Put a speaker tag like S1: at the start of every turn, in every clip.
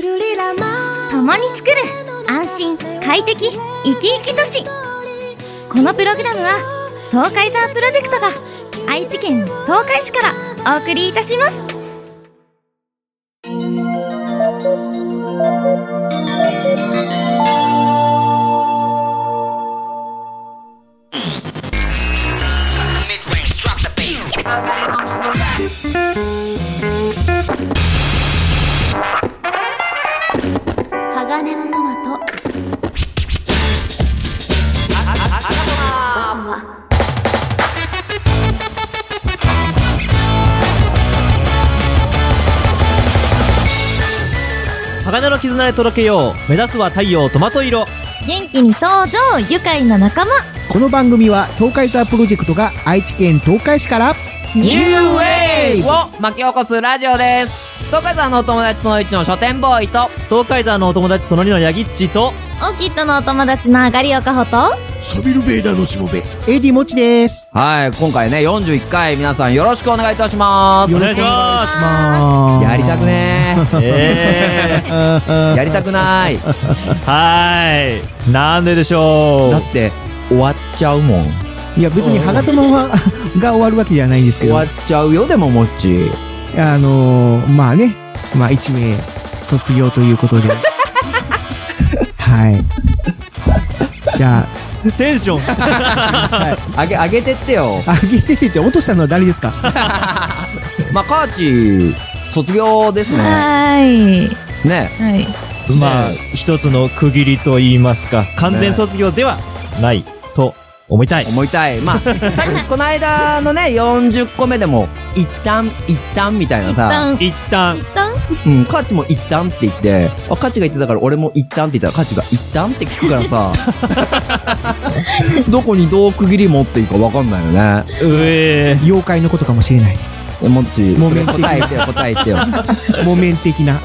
S1: 共に作る安心快適生き生き都市このプログラムは東海ザープロジェクトが愛知県東海市からお送りいたします鋼のトマト
S2: 鋼の絆で届けよう目指すは太陽トマト色
S1: 元気に登場愉快な仲間
S3: この番組は東海ザープロジェクトが愛知県東海市から
S1: ニューウ
S4: イを巻き起こすラジオです東海山のお友達その1の書店ボーイと
S2: 東海山のお友達その2のヤギッチと
S1: オーキッドのお友達のあがりおかほと
S5: サビルベーダーのしもべ
S3: AD もちです
S4: はい今回ね41回皆さんよろしくお願いいたします
S2: お願いします
S3: ま
S4: やりたくね
S2: ええ
S4: ーやりたくない
S2: は
S4: だ
S2: ーいなんででしょう
S4: って終わっちゃうもん
S3: いや別にハガトモはが終わるわけじゃないんですけ
S4: 終
S3: ど
S4: わ
S3: あ
S4: っちゃうよでももっち
S3: のー、まあねまあ1名卒業ということではいじゃあ
S2: テンション
S4: あげあげてってよ
S3: あげててって落としたのは誰ですか
S4: まあカーチ卒業ですね
S1: はい
S4: ね
S1: はい
S2: まあ一つの区切りと言いますか完全卒業ではないと思いたい
S4: 思いたいま あさっきこの間のね40個目でも一旦一旦みたいな
S1: 一
S4: さ
S1: 旦
S2: 一旦
S1: 一旦
S4: うん、カーチも一旦って言って、あ、カーチが言ってたから俺も一旦って言ったら、カーチが一旦って聞くから さ、どこにどう区切り持っていいかわかんないよね。
S2: うえ
S3: 妖怪のことかもしれない
S4: えもっち、
S3: も
S4: そ
S3: めん
S4: れ答えてよ、答えてよ。
S3: 木綿的な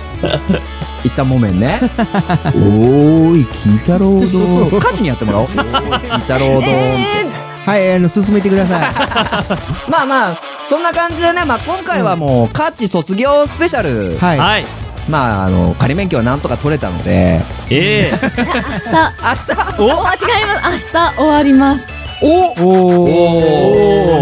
S4: 一旦もめんね。おーい、聞いたろうどう。カーチにやってもらおう。おーい聞いたろうどう。
S3: はいあの進めてください
S4: まあまあ、そんな感じでね、まあ今回はもう、カーチ卒業スペシャル。
S3: はい、
S2: はい
S4: まあ、あの、仮免許はなんとか取れたので、
S2: ええ
S1: 明日
S4: 明日、
S1: お間違えます明日終わります
S4: お
S3: お
S4: お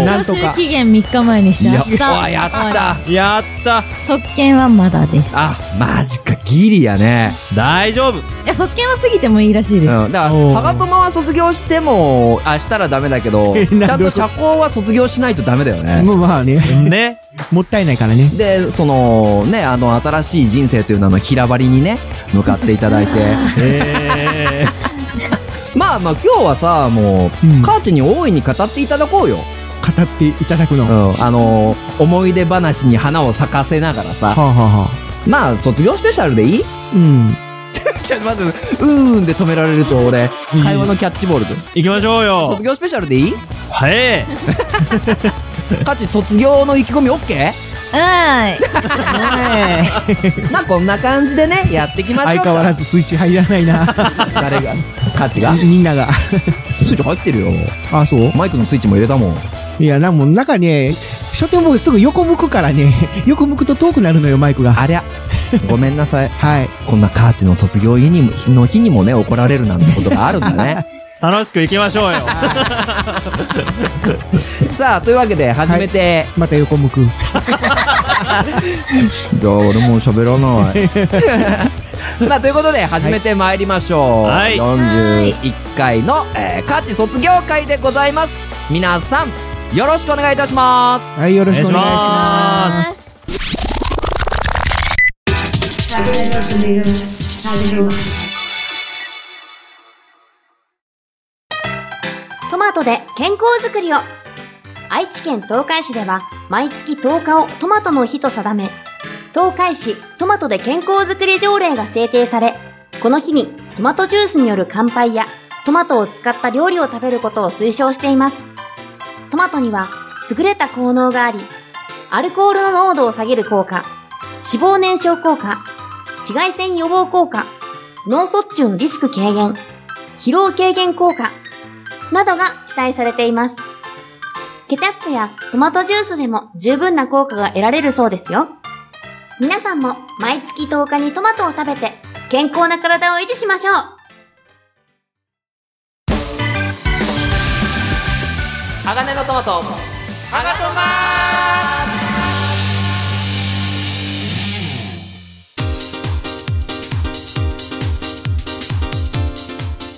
S3: ー
S4: ー
S3: なん
S1: 徴
S3: と
S1: 収
S3: か
S1: 期限3日前にして明日
S4: やわやった
S2: やった
S1: 即権はまだです
S4: あ、マジか、ギリやね。
S2: 大丈夫
S1: いや即権は過ぎてもいいらしい
S4: うん、
S1: で
S4: だ
S1: す、
S4: から、
S3: おー
S4: ハガトマは卒業しても、あ、したらダメだけ ど、
S3: え
S4: ち
S3: な
S4: ゃん
S3: るほど
S4: と社交は卒業しないとダメだよね。
S3: もうまあね
S2: ね
S3: もったいないからね
S4: で、その、ね、あの、新しい人生という名の平張りにね、向かっていただい て。
S2: ええ
S4: まあまあ、今日はさ、もう、
S3: うん
S4: カーチに大いに語っていただこうよ。
S3: 語っていただくの、
S4: う
S3: は
S4: ん、あの、思い出話に花を咲かせながら
S3: あ、
S4: さ、
S3: はあはあ
S4: まあ、卒業スペシャルでいい
S3: うん
S4: ちょっと待って、うーんで止められると俺、会話のキャッチボールで。
S2: 行きましょうよ
S4: 卒業スペシャルでいい
S2: はい
S4: カーチ卒業の意気込み OK?
S1: はい
S4: まあこんな感じでね、やっていきましょ
S3: 相
S4: うか。
S3: 変わらずスイッチ入らないな
S4: 誰が、価値が。
S3: みんなが
S4: スイッチ入ってるよ。
S3: あそう
S4: マイクのスイッチも入れたもん。
S3: いやなんもなんかね書店ボーイすぐ横向くからね横向くと遠くなるのよマイクが
S4: ありゃ。ごめんなさい。
S3: はい
S4: こんなカーチの卒業日にもの日にもね、怒られるなんてことがあるんだね。
S2: 楽しく行きましょうよ
S4: さあ、というわけで始めて。
S3: また横向く
S4: じゃあ、俺もう喋らない。 まあ、ということで始めてまいりましょう。
S2: はい
S4: 41回の、えー、カーチ卒業会でございます。皆さん、よろしくお願いいたします。
S3: はいよろしくお願いし
S2: お願
S3: ま
S2: いします
S6: トマトで健康づくりを愛知県東海市では毎月10日をトマトの日と定め、東海市トマトで健康づくり条例が制定され、この日にトマトジュースによる乾杯やトマトを使った料理を食べることを推奨しています。トマトには優れた効能があり、アルコールの濃度を下げる効果、脂肪燃焼効果、紫外線予防効果、脳卒中のリスク軽減、疲労軽減効果、などが期待されています。ケチャップやトマトジュースでも十分な効果が得られるそうですよ。皆さんも毎月10日にトマトを食べて健康な体を維持しましょう
S7: 鋼のトマト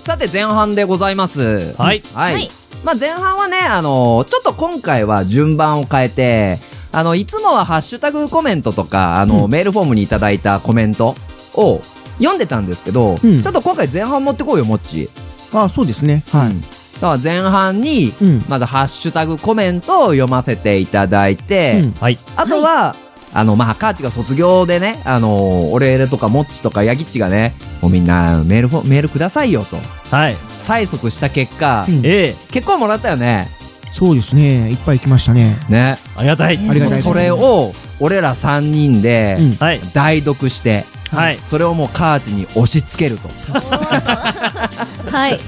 S4: さて前半でございます。
S2: はい
S4: はい。
S1: はい
S4: まあ前半はね、あの、ちょっと今回は順番を変えて、あの、いつもはハッシュタグコメントとか、あの、メールフォームにいただいたコメントを読んでたんですけど、
S3: うん
S4: ちょっと今回前半持ってこうよ、もっち。
S3: あ、そうですね。はい。
S4: だから前半に、
S3: うん
S4: まずハッシュタグコメントを読ませていただいて、
S3: うん
S2: はい。
S4: あとは、あの、まあ、カーチが卒業でね、あの、俺とかモッチとかヤギッチがね、もうみんなメールフォ、メールくださいよと、
S2: はい。
S4: 催促した結果、
S3: うん
S2: ええ。
S4: 結構もらったよね。
S3: そうですね。いっぱい来ましたね。
S4: ね。
S2: ありがたい。
S3: ありがたい
S4: それを、俺ら3人で
S3: うん、
S2: はい。
S4: 代読して、
S2: はい。
S4: それをもうカーチに押し付けると。
S1: はい。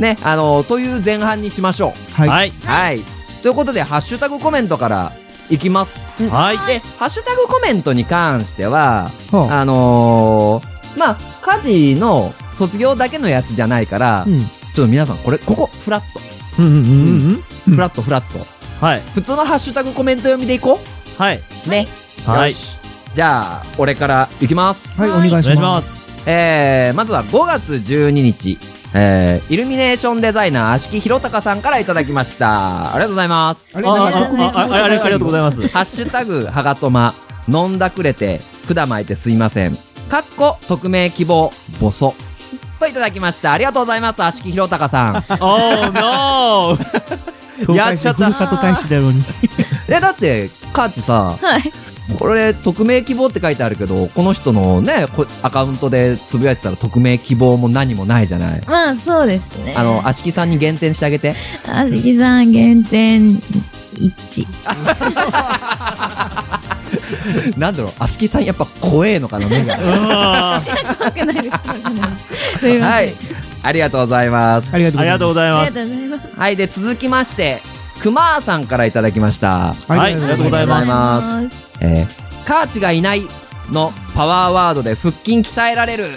S4: ね、あの、という前半にしましょ
S3: はい。
S2: はい。
S4: う。はい。ということで、ハッシュタグコメントからいきます。
S2: はい。
S4: で、ハッシュタグコメントに関しては、
S3: はあ
S4: あのー、まあ、家事の卒業だけのやつじゃないから、
S3: うん。
S4: ちょっと皆さん、これ、ここ、フラット。
S2: うんうんうんうん。
S4: フラット、フラット。
S2: はい。
S4: 普通のハッシュタグコメント読みでいこ
S2: はい。
S4: う。ね。
S2: はい
S4: よしじゃあ、俺からいきます。
S3: はい、お願いし
S2: お
S3: ます。
S2: 願いします。
S4: えー、まずは5月12日、えー、イルミネーションデザイナー、足木弘隆さんからいただきました。ありがとうございます。
S3: あ
S2: あ
S3: れ
S2: あ、あ
S3: なんか
S2: あ、ああありがとうございます。
S4: ハッシュタグ、はがとま、飲んだくれて、くだまいてすいません。かっこ、匿名希望、ボソ。といただきました。ありがとうございます。足木ひろた かさ
S2: Oh no!
S3: 東海市ふるさと大使だように。
S4: ん。え、だって、カーチさ、
S1: はい。
S4: これ、匿名希望って書いてあるけど、この人のね、こアカウントでつぶやいてたら匿名希望も何もないじゃない。
S1: まあ、そうですね。
S4: あの、足木さんに減点してあげて。
S1: あしきさん減点1。
S4: なんだろう、足木さんやっぱ怖えのかな、目が。
S2: あ
S1: 怖くないです。怖くないですすいません。
S4: はい。ありがとうございます。
S3: ありがとうございます。
S2: りがとうござい
S1: あ
S2: ま
S1: りがと
S2: す。
S1: うございます。
S4: はい。で、続きまして、くまーさんからいただきました。
S2: はい、ありがとうござ
S1: ありがとう
S2: います。
S1: ございます。
S4: えーカーチがいないのパワーワードで腹筋鍛えられる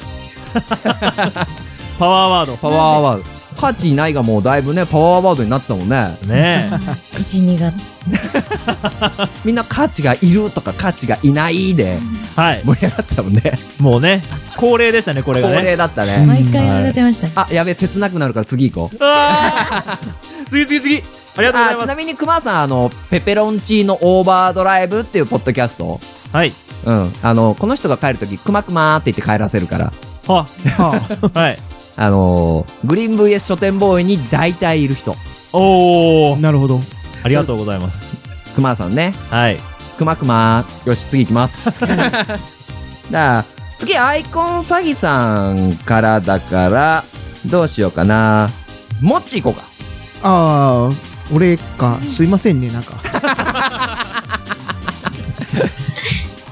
S2: パワーワー
S4: パワーワードカーチいないがもうだいぶねパワーワードになってたもんね
S2: ド。ね
S1: 1、2月。
S4: みんなカーチがいるとかカーチがいないで
S2: え。はい。
S4: 盛り上がってたもんね
S2: もうね、恒例でしたね、これ
S4: 恒
S2: がね。
S4: 例だったね
S1: 毎回やられてました。
S4: あやべえ切なくなるから次行こう
S2: あー次次次ありがとうござい
S4: あ
S2: ま
S4: ちな
S2: す。
S4: みにクマさんあのペペロンチーノオーバードライブっていうポッドキャスト
S2: はい。
S4: うんあのこの人が帰るときクマクマーって言って帰らせるから
S2: は、
S3: は
S2: はい。
S4: あのーグリーン VS 書店ボーイに大体いる人
S2: お
S3: あ
S2: ー。
S3: なるほど。
S2: ありがとうございます。
S4: クマさんね
S2: はい。
S4: くまくまよし次行きます だから次アイコン詐欺さんからだからどうしようかなもっち行こうか
S3: ああ、俺か。すいませんね、なんか。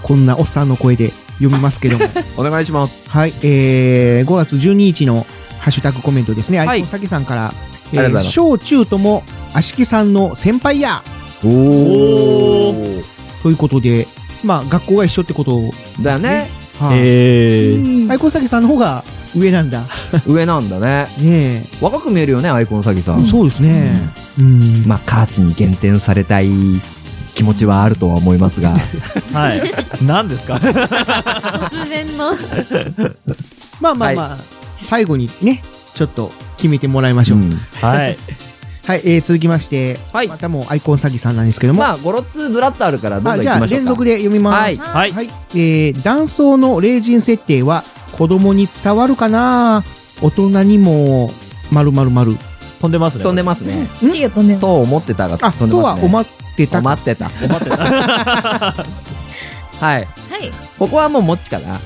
S3: こんなおっさんの声で読みますけ ども。
S4: お願いします
S3: はい、えー、5月12日のハッシュタグコメントですね。
S4: い
S3: アイコンさきさんから。え
S4: ありが
S3: ー
S4: とうございます
S3: 小中とも、足木さんの先輩や
S4: お
S2: お
S3: ということで、まあ、学校が一緒ってことを、
S4: だよね
S3: はい
S2: えー。
S3: アイコンさきさんの方が上なんだ。
S4: 上なんだね
S3: ね
S4: 若く見えるよねアイコン詐欺さ
S3: え、
S4: ん、
S3: そうですね。うん。
S4: まあカーチに減点されたい気持ちはあるとは思います が
S2: はい。 何ですか
S1: 突然の。
S3: まあまあまあ、最後にね、ちょっと決めてもらいましょう。
S4: うん
S2: はい。
S3: はい、えー、続きまして、
S4: はい
S3: またもうアイコン詐欺さんなんですけども、
S4: まあ56通ずらっとあるからどん
S3: あ
S4: どん
S3: じ
S4: 行
S3: ゃ
S4: き
S3: あ
S4: ましょう
S3: 連
S4: か
S3: 続で読みます。
S4: はい
S2: はい。
S3: はい、えー、断層の例人設定は子供に伝わるかな大人にも、まるまるまる。
S2: 飛んでますね。
S4: 飛んでますね
S1: 1が飛んでます。
S4: と思ってたが
S3: あ、
S4: 飛んで
S3: と
S4: ま
S3: は
S4: すね
S3: 思ってた。
S4: 待ってた。はい。
S1: はい。
S4: ここはもうもっちかな。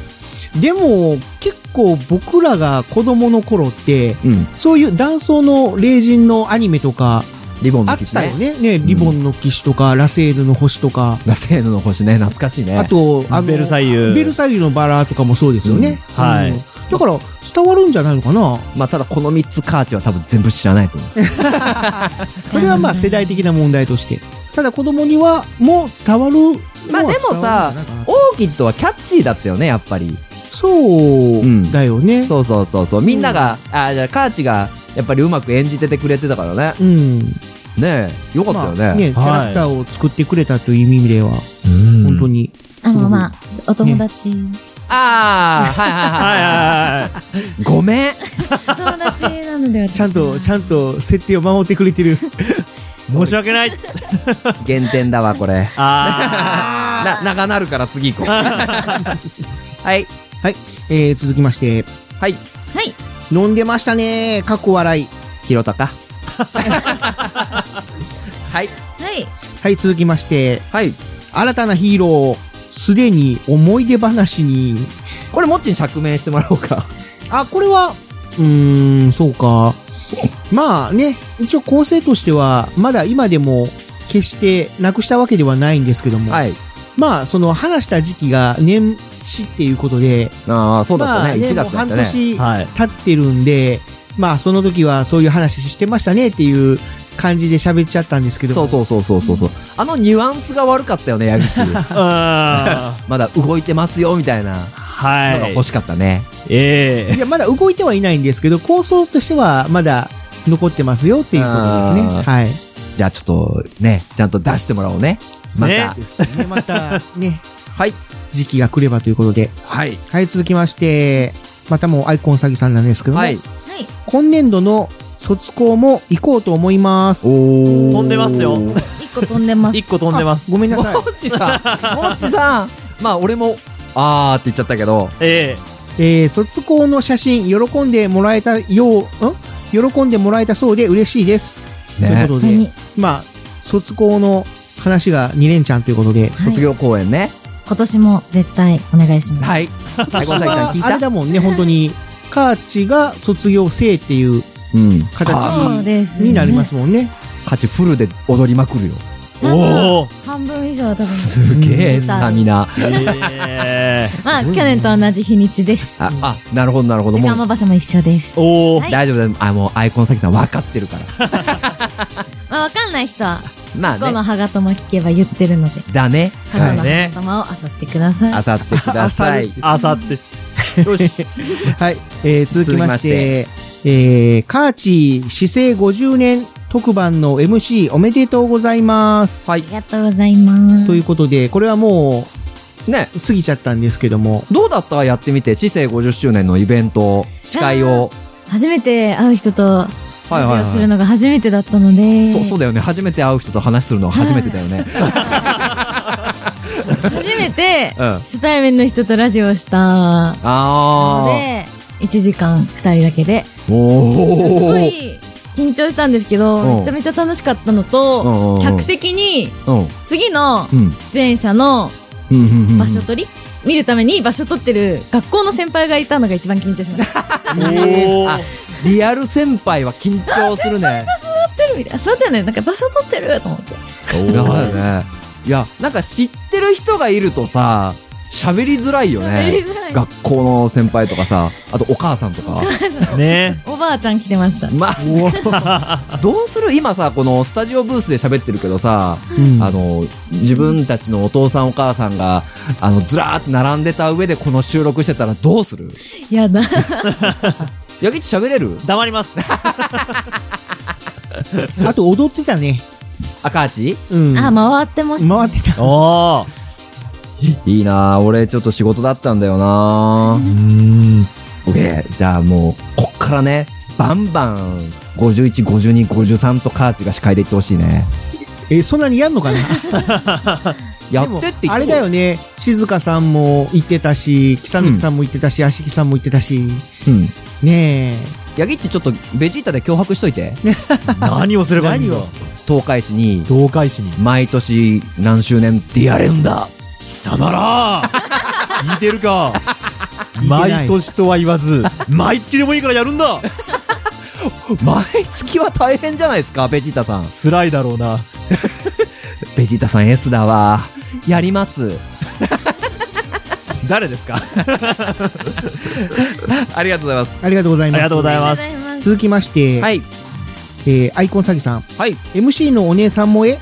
S3: でも、結構僕らが子供の頃って、
S4: うん。
S3: そういう断層の例人のアニメとか、
S4: リボン
S3: あ
S4: の
S3: っ
S4: 騎士
S3: たよ
S4: ね。
S3: ね。ね、リボンの騎士とか、ラセールの星とか、
S4: ラセーヌの星ね。懐かしいね。
S3: あと、あの
S2: ベルサイユ。
S3: ベルサイユのバラとかもそうですよね。
S2: うんはい
S3: うんだから、伝わるんじゃないのかな
S4: まあ、ただこの3つカーチは多分全部知らないと思う。
S3: それはまあ世代的な問題として。ただ子供にはもう伝わるのは
S4: まあでもさ
S3: 伝わるんじゃないかな
S4: オーキッドはキャッチーだったよね、やっぱり。
S3: そうだよね。
S4: そうそうそうそう。みんなが、あ、じゃあカーチが、やっぱりうまく演じててくれてたからね。
S3: うん。
S4: ねえ、よかったよね。
S3: まあね、キャラクターを作ってくれたという意味では、
S2: うん
S3: 本当に。
S8: あ
S3: すご
S8: の、
S3: く
S8: まあ、お友達。
S4: ああ、は いはい
S2: はいはいはい。
S4: はい。ごめん。
S8: お友達なので私
S3: ちゃんと、ちゃんと設定を守ってくれて る。
S2: 申し訳ない。
S4: 減点だわ、これ。
S2: あ
S4: な、長なるから次行こう。はい。
S3: はい。えー、続きまして、
S4: はい。
S8: はい。
S3: 飲んでましたねー。かっこ笑い。
S4: ひろたか。はい。
S8: はい。
S3: はい、続きまして、
S4: はい。
S3: 新たなヒーロー。すでに思い出話に。
S4: これ、もっちに釈明してもらおうか。
S3: あ、これは、うーん、そうか。まあね、一応構成としては、まだ今でも、決してなくしたわけではないんですけども、
S4: はい。
S3: まあ、その話した時期が年始っていうことで、
S4: ああ、そうだっ
S3: まあ
S4: たね。1月だ
S3: もう
S4: った
S3: 半
S4: ね。
S3: 年
S2: ーはい。
S3: 経ってるんで、まあその時はそういう話してましたねっていう感じで喋っちゃったんですけど。
S4: そうそうそうそうそうそう。あのニュアンスが悪かったよね、矢口。
S2: あー
S4: まだ動いてますよ、みたいなのが
S2: は
S4: 欲しかったね。
S2: い。ええ。
S3: いや、まだ動いてはいないんですけど、構想としてはまだ残ってますよっていうことですね。
S4: あー
S3: はい。
S4: じゃあちょっと、ね、ちゃんと出してもらおうね。ま
S2: ね
S4: た。
S3: ですね。ま たね、
S4: はい。
S3: 時期が来ればということで。
S4: はい。
S3: はい、続きまして、またもうアイコン詐欺さんなんですけども、
S4: はい。
S8: はい。
S3: 今年度の卒校も行こうと思います。
S4: お
S2: 飛んでますよ。
S8: 一個飛んでます。
S2: 一個飛んでます。
S3: ごめんな
S4: も
S3: さい。
S4: っちさん、もっちさん。まあ、俺も、あーって言っちゃったけど、
S2: ええ。
S3: えー卒校の写真喜んでもらえたよう、ん喜んでもらえたそうで嬉しいです。という
S8: 本
S3: こ、
S4: ね
S3: と
S8: 当に
S3: で、。まあ、卒校の話が2連チャンということで。
S8: はい
S4: 卒業公演ね。
S8: 今年も絶対お願いします。
S4: はい。はい、ごさきさん聞い
S3: あれ
S4: た
S3: だもんね、本当に。カーチが卒業生っていう
S4: うん。
S3: 形
S4: か
S8: そうですね
S3: になりますもんね。
S4: 価値フルで踊りまくるよ。
S8: 多分
S2: おお。
S8: 半分以上は多分。
S4: すげえ、スタミナ。
S2: ええ。
S8: まあ、去年と同じ日にちです。
S4: あ、あ、なるほど、なるほど。
S8: 時間
S4: もう、
S8: も場所も一緒です。
S2: おお
S8: は。い
S4: 大丈夫だ。あ、もう、アイコンさきさん分かってるから。
S8: まあ、わかんない人は、
S4: まあ
S8: この
S4: ね。
S8: 歯がとも聞けば言ってるので、
S4: だね。
S8: 過去の
S2: はいね
S8: 歯まをあさってください。
S4: あさってくださ い。
S2: あさって。
S3: はい、えー続きまして、えーカーチ市政50年特番の MC おめでとうございます。
S4: は
S8: あ
S4: い
S8: り。がとうございます。
S3: ということで、これはも
S4: ね。
S3: う過ぎちゃったんですけども、
S4: どうだったやってみて、市政50周年のイベント、司会を。
S8: 初めて会う人と、
S4: はいはい
S8: ラジオする
S4: は
S8: のが初めてだったので、
S4: い。そう、そうだよね。初めて会う人と話するのは初めてだよね。
S8: 初めて
S4: う、ん。あ
S8: 初対面の人とラジオをしたの
S4: あ
S8: で、1時間2人だけで、
S4: ー。
S8: す
S4: お
S8: ご
S4: ー。
S8: い緊張したんですけ
S4: うん
S8: ど、めちゃめちゃ楽しかったの
S4: うんう
S8: と
S4: んうん、
S8: 客席に
S4: うん。
S8: 次の
S4: うん
S8: 出演者の
S4: うんうんうん。
S8: 場所取り、見るために場所取ってる学校の先輩がいたのが一番緊張しました。
S2: おお。
S4: あリアル先輩は緊張するね。
S8: テレビで、あ、 そうだよね、なんか場所取ってると思って。
S4: だからね。いや、なんか知ってる人がいるとさ、喋りづらいよ
S8: 喋り
S4: ね。
S8: づらい
S4: 学校の先輩とかさ、あとお母さんとか。
S2: ね
S8: おばあちゃん来てました。
S4: まあ、どうする今さ、このスタジオブースで喋ってるけどさ、
S3: うん
S4: あの、自分たちのお父さんお母さんが、あの、ずらーって並んでた上でこの収録してたらどうする
S8: やだ。
S4: ヤギチ喋れる
S2: 黙ります。
S3: あと踊ってたね。
S4: 赤ーチ
S3: うん。
S8: あ、回ってました。
S3: 回ってた。
S2: おお。
S4: いいなぁ。俺ちょっと仕事だったんだよな
S2: うーん。
S4: ぁ。オッケー。じゃあもう、こっからね、バンバン、51、52、53とカーチが司会でいってほしいね。
S3: えーそんなにやんのかな
S4: や
S3: でも
S4: ってって言って
S3: あれだよね静香さんも行ってたし草貫さんも行ってたし、足木さんも行ってたし
S4: うん。
S3: ね
S4: ヤギッチちょっとベジータで脅迫しといて。
S2: 何をすればいいんだ
S3: 何を
S4: 東海市に、
S2: 同会誌に。
S4: 毎年何周年ってやれんだ。
S2: 貴様ら聞いてるか
S3: てない
S2: 毎年とは言わず、毎月でもいいからやるんだ
S4: 毎月は大変じゃないですか、ベジータさん。
S2: 辛いだろうな。
S4: ベジータさん S だわ。やります。
S2: 誰ですかあ
S4: ありがとうございます。
S3: えありがとうござ
S2: り
S3: います
S2: がとうござい
S8: あ
S2: ま
S8: りがと
S2: す。
S8: うございます。
S3: 続きまして、
S4: はい。
S3: えーアイコン詐欺さん
S4: はい。
S3: MC のお姉さんもえ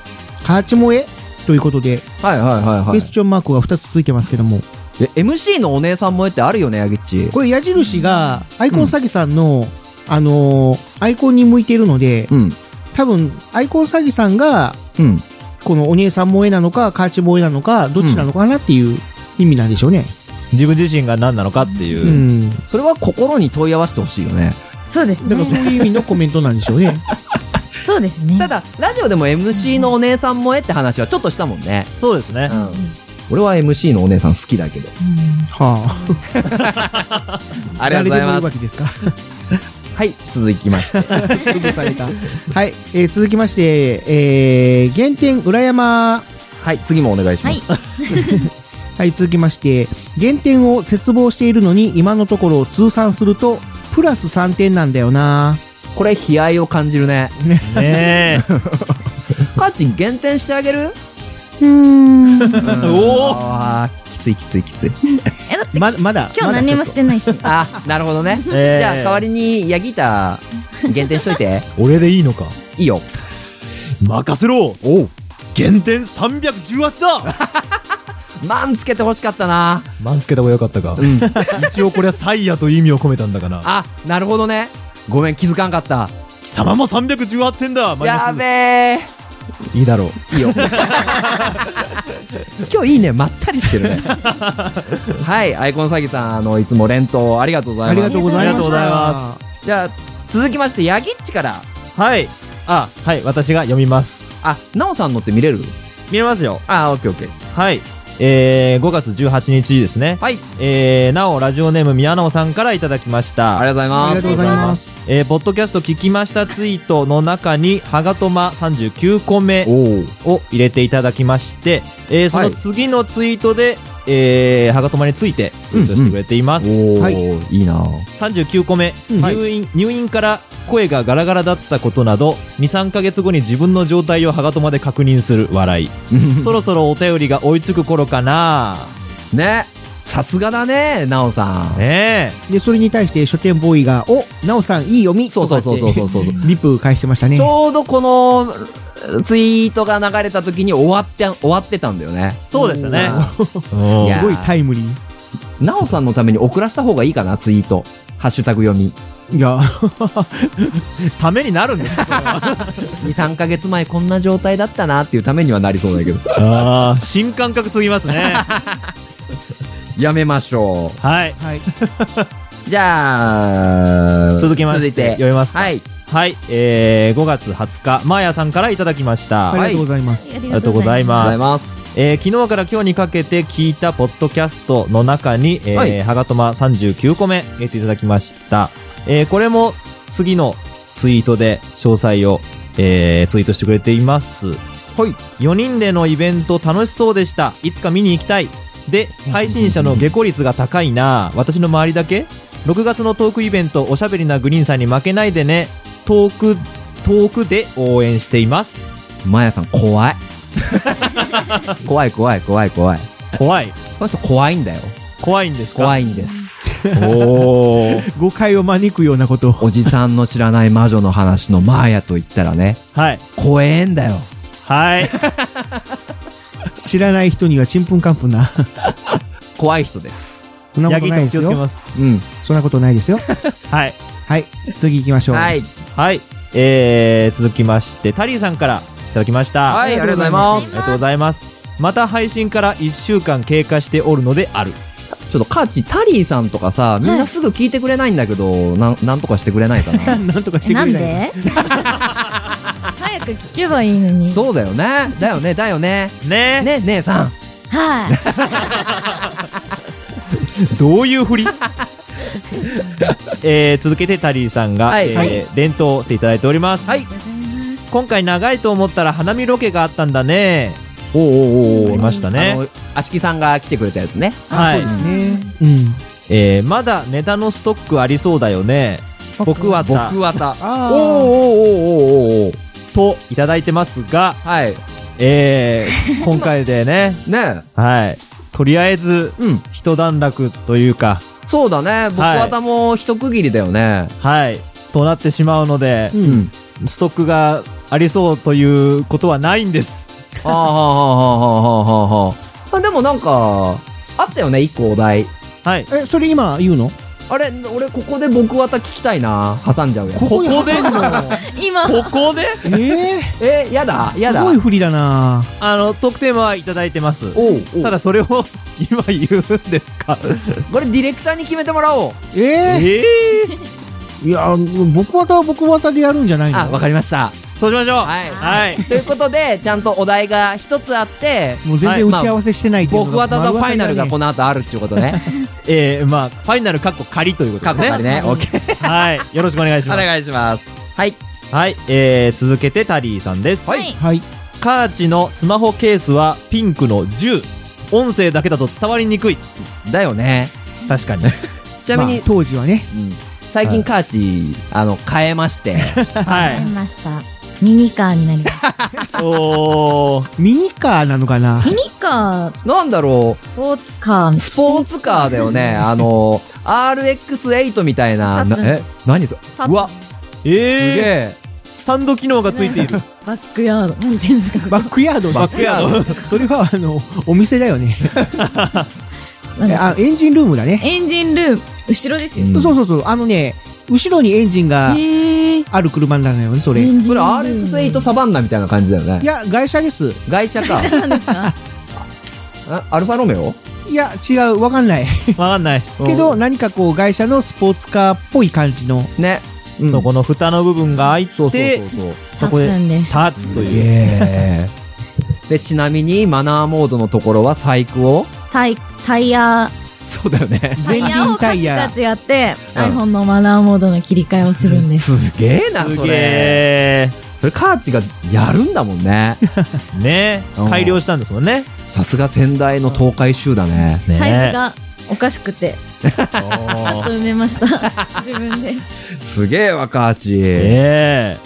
S3: 八萌えということで、
S4: はいはいはいは
S3: クエ
S4: い
S3: ス。チョンマークが2つついてますけども、
S4: え、MC のお姉さん萌えってあるよね、ヤギッチ。
S3: これ矢印がアイコン詐欺さんの、あのーアイコンに向いているので、
S4: うん。
S3: 多分、アイコン詐欺さんが、
S4: うん。
S3: このお姉さん萌えなのか、カーチ萌えなのか、どっちなのかなっていう意味なんでしょうね。
S2: 自分自身が何なのかっていうう。
S3: ん。
S4: それは心に問い合わせてほしいよね。
S8: そうです
S3: だから
S8: ね
S3: そういう意味のコメントなんでしょう ね。
S8: そうですね
S4: ただ、ラジオでも MC のお姉さん萌えって話はちょっとしたもんね。
S2: そうですね
S4: う。ん。俺は MC のお姉さん好きだけど。
S3: はあ。
S4: ありがと
S3: 誰で
S4: うござい
S3: もい
S4: ま
S3: いわ
S4: す。
S3: けですか。
S4: はい、続きま して。
S3: すぐされた。はい、えー続きまして、えー、原点裏山。
S4: はい、次もお願いしま
S1: はい
S4: す。。
S3: はい、続きまして、原点を絶望しているのに今のところ通算すると、プラス3点なんだよな。
S4: これ、悲哀を感じるね。
S2: ねえ。
S4: カーチン減点してあげる
S2: おお
S4: あー、きついきついきつい。
S1: え、だって
S3: ま、まだ。
S1: 今日何もしてないし。
S4: あ、なるほど ね。じ
S2: えー
S4: ゃあ、代わりに、ヤギータ、減点しといて。
S2: 俺でいいのか
S4: いいよ。
S2: 任せろ
S4: おう。
S2: 減点318だ
S4: 満つけてほしかったな。
S2: 満つけた方がよかったか。一応これはサイヤという意味を込めたんだから。
S4: あ、なるほどね。ごめん、気づかんかった。
S2: 貴様も318点だマイナス
S4: やべえ。
S2: いいだろう。
S4: いい よ。今日いいね、まったりしてるね。はい、アイコン詐欺さん、あの、いつも連投ありがとうござ
S3: あ
S4: い
S3: りが
S4: ます
S3: とう。ござい
S2: あ
S3: ます。。
S2: りがとうございます
S4: じゃあ、続きまして、ヤギッチから。
S2: はい。あ、はい。私が読みます。
S4: あ、ナオさんのって見れる
S2: 見れますよ。
S4: あ、オッケーオッケー。
S2: はい。えー、5月18日ですね。
S4: はい、
S2: えー、なお、ラジオネーム宮野さんからいただきました。
S4: ありがとうござい
S3: あ
S4: ま
S3: りがとう
S4: す。
S3: ございます。
S2: えー、ポッドキャスト聞きましたツイートの中に、はがとま39個目
S4: おお。
S2: を入れていただきまして、えー、その次のツイートで、えー、はがとまについてツイートしてくれています。
S4: おお、
S3: はい
S4: い、いな
S2: 39個目、
S3: うん
S2: 入院入院から声がガラガラだったことなど23ヶ月後に自分の状態をハガトマで確認する笑いそろそろお便りが追いつく頃かな
S4: ね。さすがだね、ナオさん。
S2: ね
S3: で、それに対して書店ボーイが、お、なおさんいい読み
S4: そうそうそうそうそうそう
S3: とかってリプ返してましたね
S4: ち。ょうどこのツイートが流れた時に終わって、終わってたんだよね
S2: え。そうでしたね
S4: い
S2: うん
S4: や
S3: すごいタイムリー。
S4: ナオさんのために送らせた方がいいかな、ツイート。ハッシュタグ読み。
S3: いや、
S2: ためになるんですよそれは
S4: 2、3ヶ月前こんな状態だったなっていうためにはなりそうだ けど。
S2: あー新感覚すぎますね
S4: やめましょ。
S2: はいう
S4: じゃあ、
S2: 続きまして
S4: 続いて
S2: 読みますか
S4: はい。
S2: はい、えー、5月20日マーヤさんからいただきました、
S3: ありがとうございます。
S1: あ
S2: ありがとうござい
S4: あ
S2: ま
S4: りがとうござい
S2: す
S4: ます。
S2: えー昨日から今日にかけて聞いたポッドキャストの中に、えー
S4: はい
S2: はがとま39個目入れていただきました。えーこれも次のツイートで詳細を、えーツイートしてくれています。
S4: はい。
S2: 4人でのイベント楽しそうでした。いつか見に行きたい。で、配信者の下戸率が高いな私の周りだけ ?6 月のトークイベント、おしゃべりなグリーンさんに負けないでね。トーク、トークで応援しています。
S4: マヤさん、怖い。 怖い怖い怖い怖い。
S2: 怖い。
S4: この人怖いんだよ。
S2: 怖いんですか
S4: 怖
S2: い。
S4: いんです。
S2: おー。
S3: 誤解を招くようなことを。
S4: おじさんの知らない魔女の話のマーヤと言ったらね、
S2: はい。
S4: 怖えんだよ。
S2: はい。
S3: 知らない人にはちんぷんかんぷんな。
S4: 怖い人です。
S3: そんなこ
S2: ヤ
S3: と
S2: ギ
S3: ない
S2: と
S3: で
S2: 気
S3: す
S2: をつけ
S3: よ。
S2: ます。
S4: うん。
S3: そんなことないですよ。
S2: はい。
S3: はい、次行きましょう。
S4: はい。
S2: はい。えー、続きまして、タリーさんからいただきました。
S4: はい、ありがとうございま
S2: あり
S4: す。
S2: がとうございます。また配信から1週間経過しておるのである。
S4: ちょっとカーチ、タリーさんとかさ、みんなすぐ聞いてくれないんだけど、なん、なんとかしてくれないか な。
S3: なんとかして
S1: え
S3: くれ
S1: な
S3: ない
S1: ん
S3: かな
S1: で早く聞けばいいのに。
S4: そうだよね。だよね、だよね。
S2: ねえ。
S4: ね、姉さん。
S1: はい。
S2: どういうふり えー、続けてタリーさんが、
S4: はい
S2: えー連投していただいております。
S4: はい
S2: 今回長いと思ったら花見ロケがあったんだね。
S4: おうおうおうおう
S2: ありましたね
S4: あの、あしきさんが来てくれたやつね。
S2: はい。
S3: うん。
S2: えー、まだネタのストックありそうだよね。僕はた
S4: 僕はた。おうお
S3: あ
S4: うおうおうおうおう
S2: といただいてますが、
S4: はい。
S2: えー、今回でね、
S4: ね
S2: はい。とりあえず、
S4: うん。
S2: 一段落というか、
S4: そうだね。僕はたも一区切りだよね。
S2: はい。となってしまうので
S3: う、。
S4: うんん。
S2: ストックがありそうということはないんです。
S4: はあはあはあはあはあはあ。あ、でもなんか、あったよね、一個お題。
S2: はい。
S3: え、それ今言うの
S4: あれ、俺ここで僕はた聞きたいな。挟んじゃうやん
S2: こ。こで
S3: に挟むの
S1: 今
S2: ここで
S3: ええ
S4: え、やだ、やだ。
S3: すごい不利だな
S2: あの、特典はいただいてます。
S4: おうおう
S2: ただそれを今言うんですか
S4: これディレクターに決めてもらおう。
S3: ええ
S2: ええ
S3: いや、僕わたは僕わたでやるんじゃないの
S4: あ、わかりました。
S2: そうしましょう。
S4: はい
S2: はい。
S4: ということで、ちゃんとお題が一つあ って、
S3: もう全然打ち合わせしてないけど、
S4: 僕はただファイナルがこ
S3: の。
S4: の後あるっていうことね。
S2: えー、まあ、ファイナルカッコ仮ということ
S4: 過去
S2: で
S4: から
S2: ね。
S4: ね。オッケー。
S2: はい。よろしくお願いし
S4: お
S2: ます。
S4: 願いします。はい。
S2: はい。えー、続けてタリーさんです。
S1: はい
S3: はい。
S2: カーチのスマホケースはピンクの10。音声だけだと伝わりにくい。
S4: だよね。
S2: 確かに。
S4: ちなみに
S3: まあ、当時はね。
S4: うん最
S2: は
S4: 近
S2: い
S4: カーチ、あの、変えまして。
S2: は
S1: 買い
S2: い。
S1: ましたミニカーになりました
S2: おー。
S3: ミニカーなのかな
S1: ミニカー
S4: なんだろ
S1: スポーツカ
S4: う、
S1: ー
S4: スポーツカーだよね。あの、RX8 みたいな。
S1: 立つ
S4: なん
S1: で
S4: え、何それ
S1: 立つ
S4: うわ、すげ
S2: えー、
S4: え。
S2: スタンド機能がついてい る。
S1: バックヤードなんていうんですか
S3: バックヤード
S2: バックヤード。
S3: それは、あの、お店だよね。
S1: なんだ
S3: あ、エンジンルームだね。
S1: エンジンルーム後ろですよ、
S4: うん
S3: そうそうそう。あのね、後ろにエンジンが
S1: へえ
S3: ある車なのよね、それ。
S1: エ
S3: い
S1: ンジ
S4: そ
S1: ン
S4: れ
S1: ルーム
S4: RX8 サバンナみたいな感じだよね。
S3: や、外車です。
S4: 外車か。
S1: なんですか
S4: あアルファロメオ
S3: いや、違う、わかんない。
S2: わかんない。
S3: けど、、何かこう、外車のスポーツカーっぽい感じの。
S4: ね。うん
S2: そこの蓋の部分が開いて、
S4: そうそうそうそう。
S2: そこで
S1: 立つんです
S2: 立つという。
S4: ええ。 で、ちなみに、マナーモードのところは細工を
S1: タイタイヤ
S4: そうだよね。
S1: タイ
S3: 前
S1: ヤを
S3: 輪
S1: カ
S3: タ
S1: チ
S3: イ
S1: カ
S3: ヤ。
S1: チやって、
S4: うん
S1: iPhone のマナーモードの切り替えをするんです
S4: すげえな、
S2: す
S4: そ
S2: げ
S4: れ。
S2: え。
S4: それ、カーチがやるんだもん ね。
S2: ね
S4: うん
S2: 改良したんですもんね。
S4: さすが先代の東海集だね。
S2: ね
S1: サイズがおかしくてちょっと埋めました 自分です
S4: げえわ、カーチ。
S2: え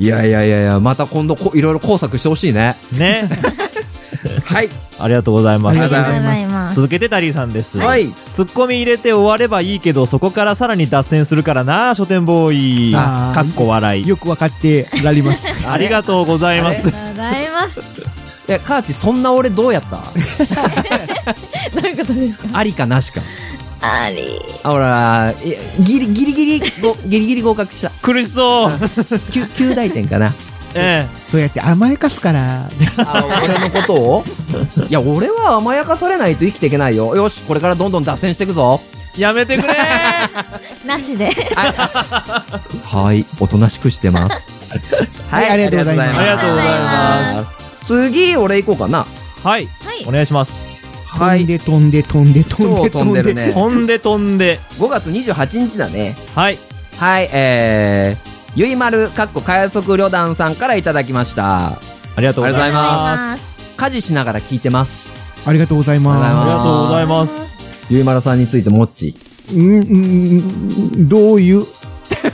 S4: いやいやいやいや、また今度こ、いろいろ工作してほしい ね。
S2: えね
S4: はい。
S2: ありがとうございま
S3: あり
S1: あ
S3: が
S1: りがと
S2: す。
S3: とう
S1: うご
S3: ござ
S1: ざ
S3: い
S1: い
S3: ま
S1: ます
S2: 続けてタリーさんです。
S4: はい。
S2: ツッコミ入れて終わればいいけど、そこからさらに脱線するからな、書店ボーイ。
S3: あー
S2: かっこ笑い。
S3: よくわかってられます。
S2: ありがとうございま
S1: あり
S2: す。
S1: がとうございます
S4: え、カーチ、そんな俺どうや った
S1: どういうことですか
S4: ありかなしか。
S1: あり
S4: あ、ほら、いやギリギリギリご、ギリギリ合格した。
S2: 苦し そう。
S4: 9、9大点かな。
S2: ええ。
S3: そうやって甘やかすから。
S4: あ俺のことを いや、俺は甘やかされないと生きていけないよ。よし、これからどんどん脱線していくぞ。
S2: やめて くれー
S1: なしで
S4: はい、おとなしくして ます。
S3: はいありがとうございます
S2: ありがとう
S1: ありがと
S2: ござい
S1: うござい
S2: ま。
S1: ます
S4: す。次、俺行こうかな。
S2: は
S1: は
S2: い。
S1: い
S2: お願いします。
S4: は
S3: 飛ん
S4: い。
S3: で飛んで飛んで飛んで
S4: 超飛んでるね
S2: 飛んで飛んで。
S4: 5月28日だね。
S2: はい。
S4: はい、えー、ゆいまる、かっこ、快速旅団さんからいただきました。
S2: ありがとうござい
S1: あ
S2: ます。
S1: り
S4: 家事しながら聞いてます。
S3: ありがとうござい
S2: あり
S3: ま
S2: がとうござい
S1: がとうございま
S2: ます。
S1: す
S4: ゆいまるさんについてもっち。
S3: す。うんうん、どう いう。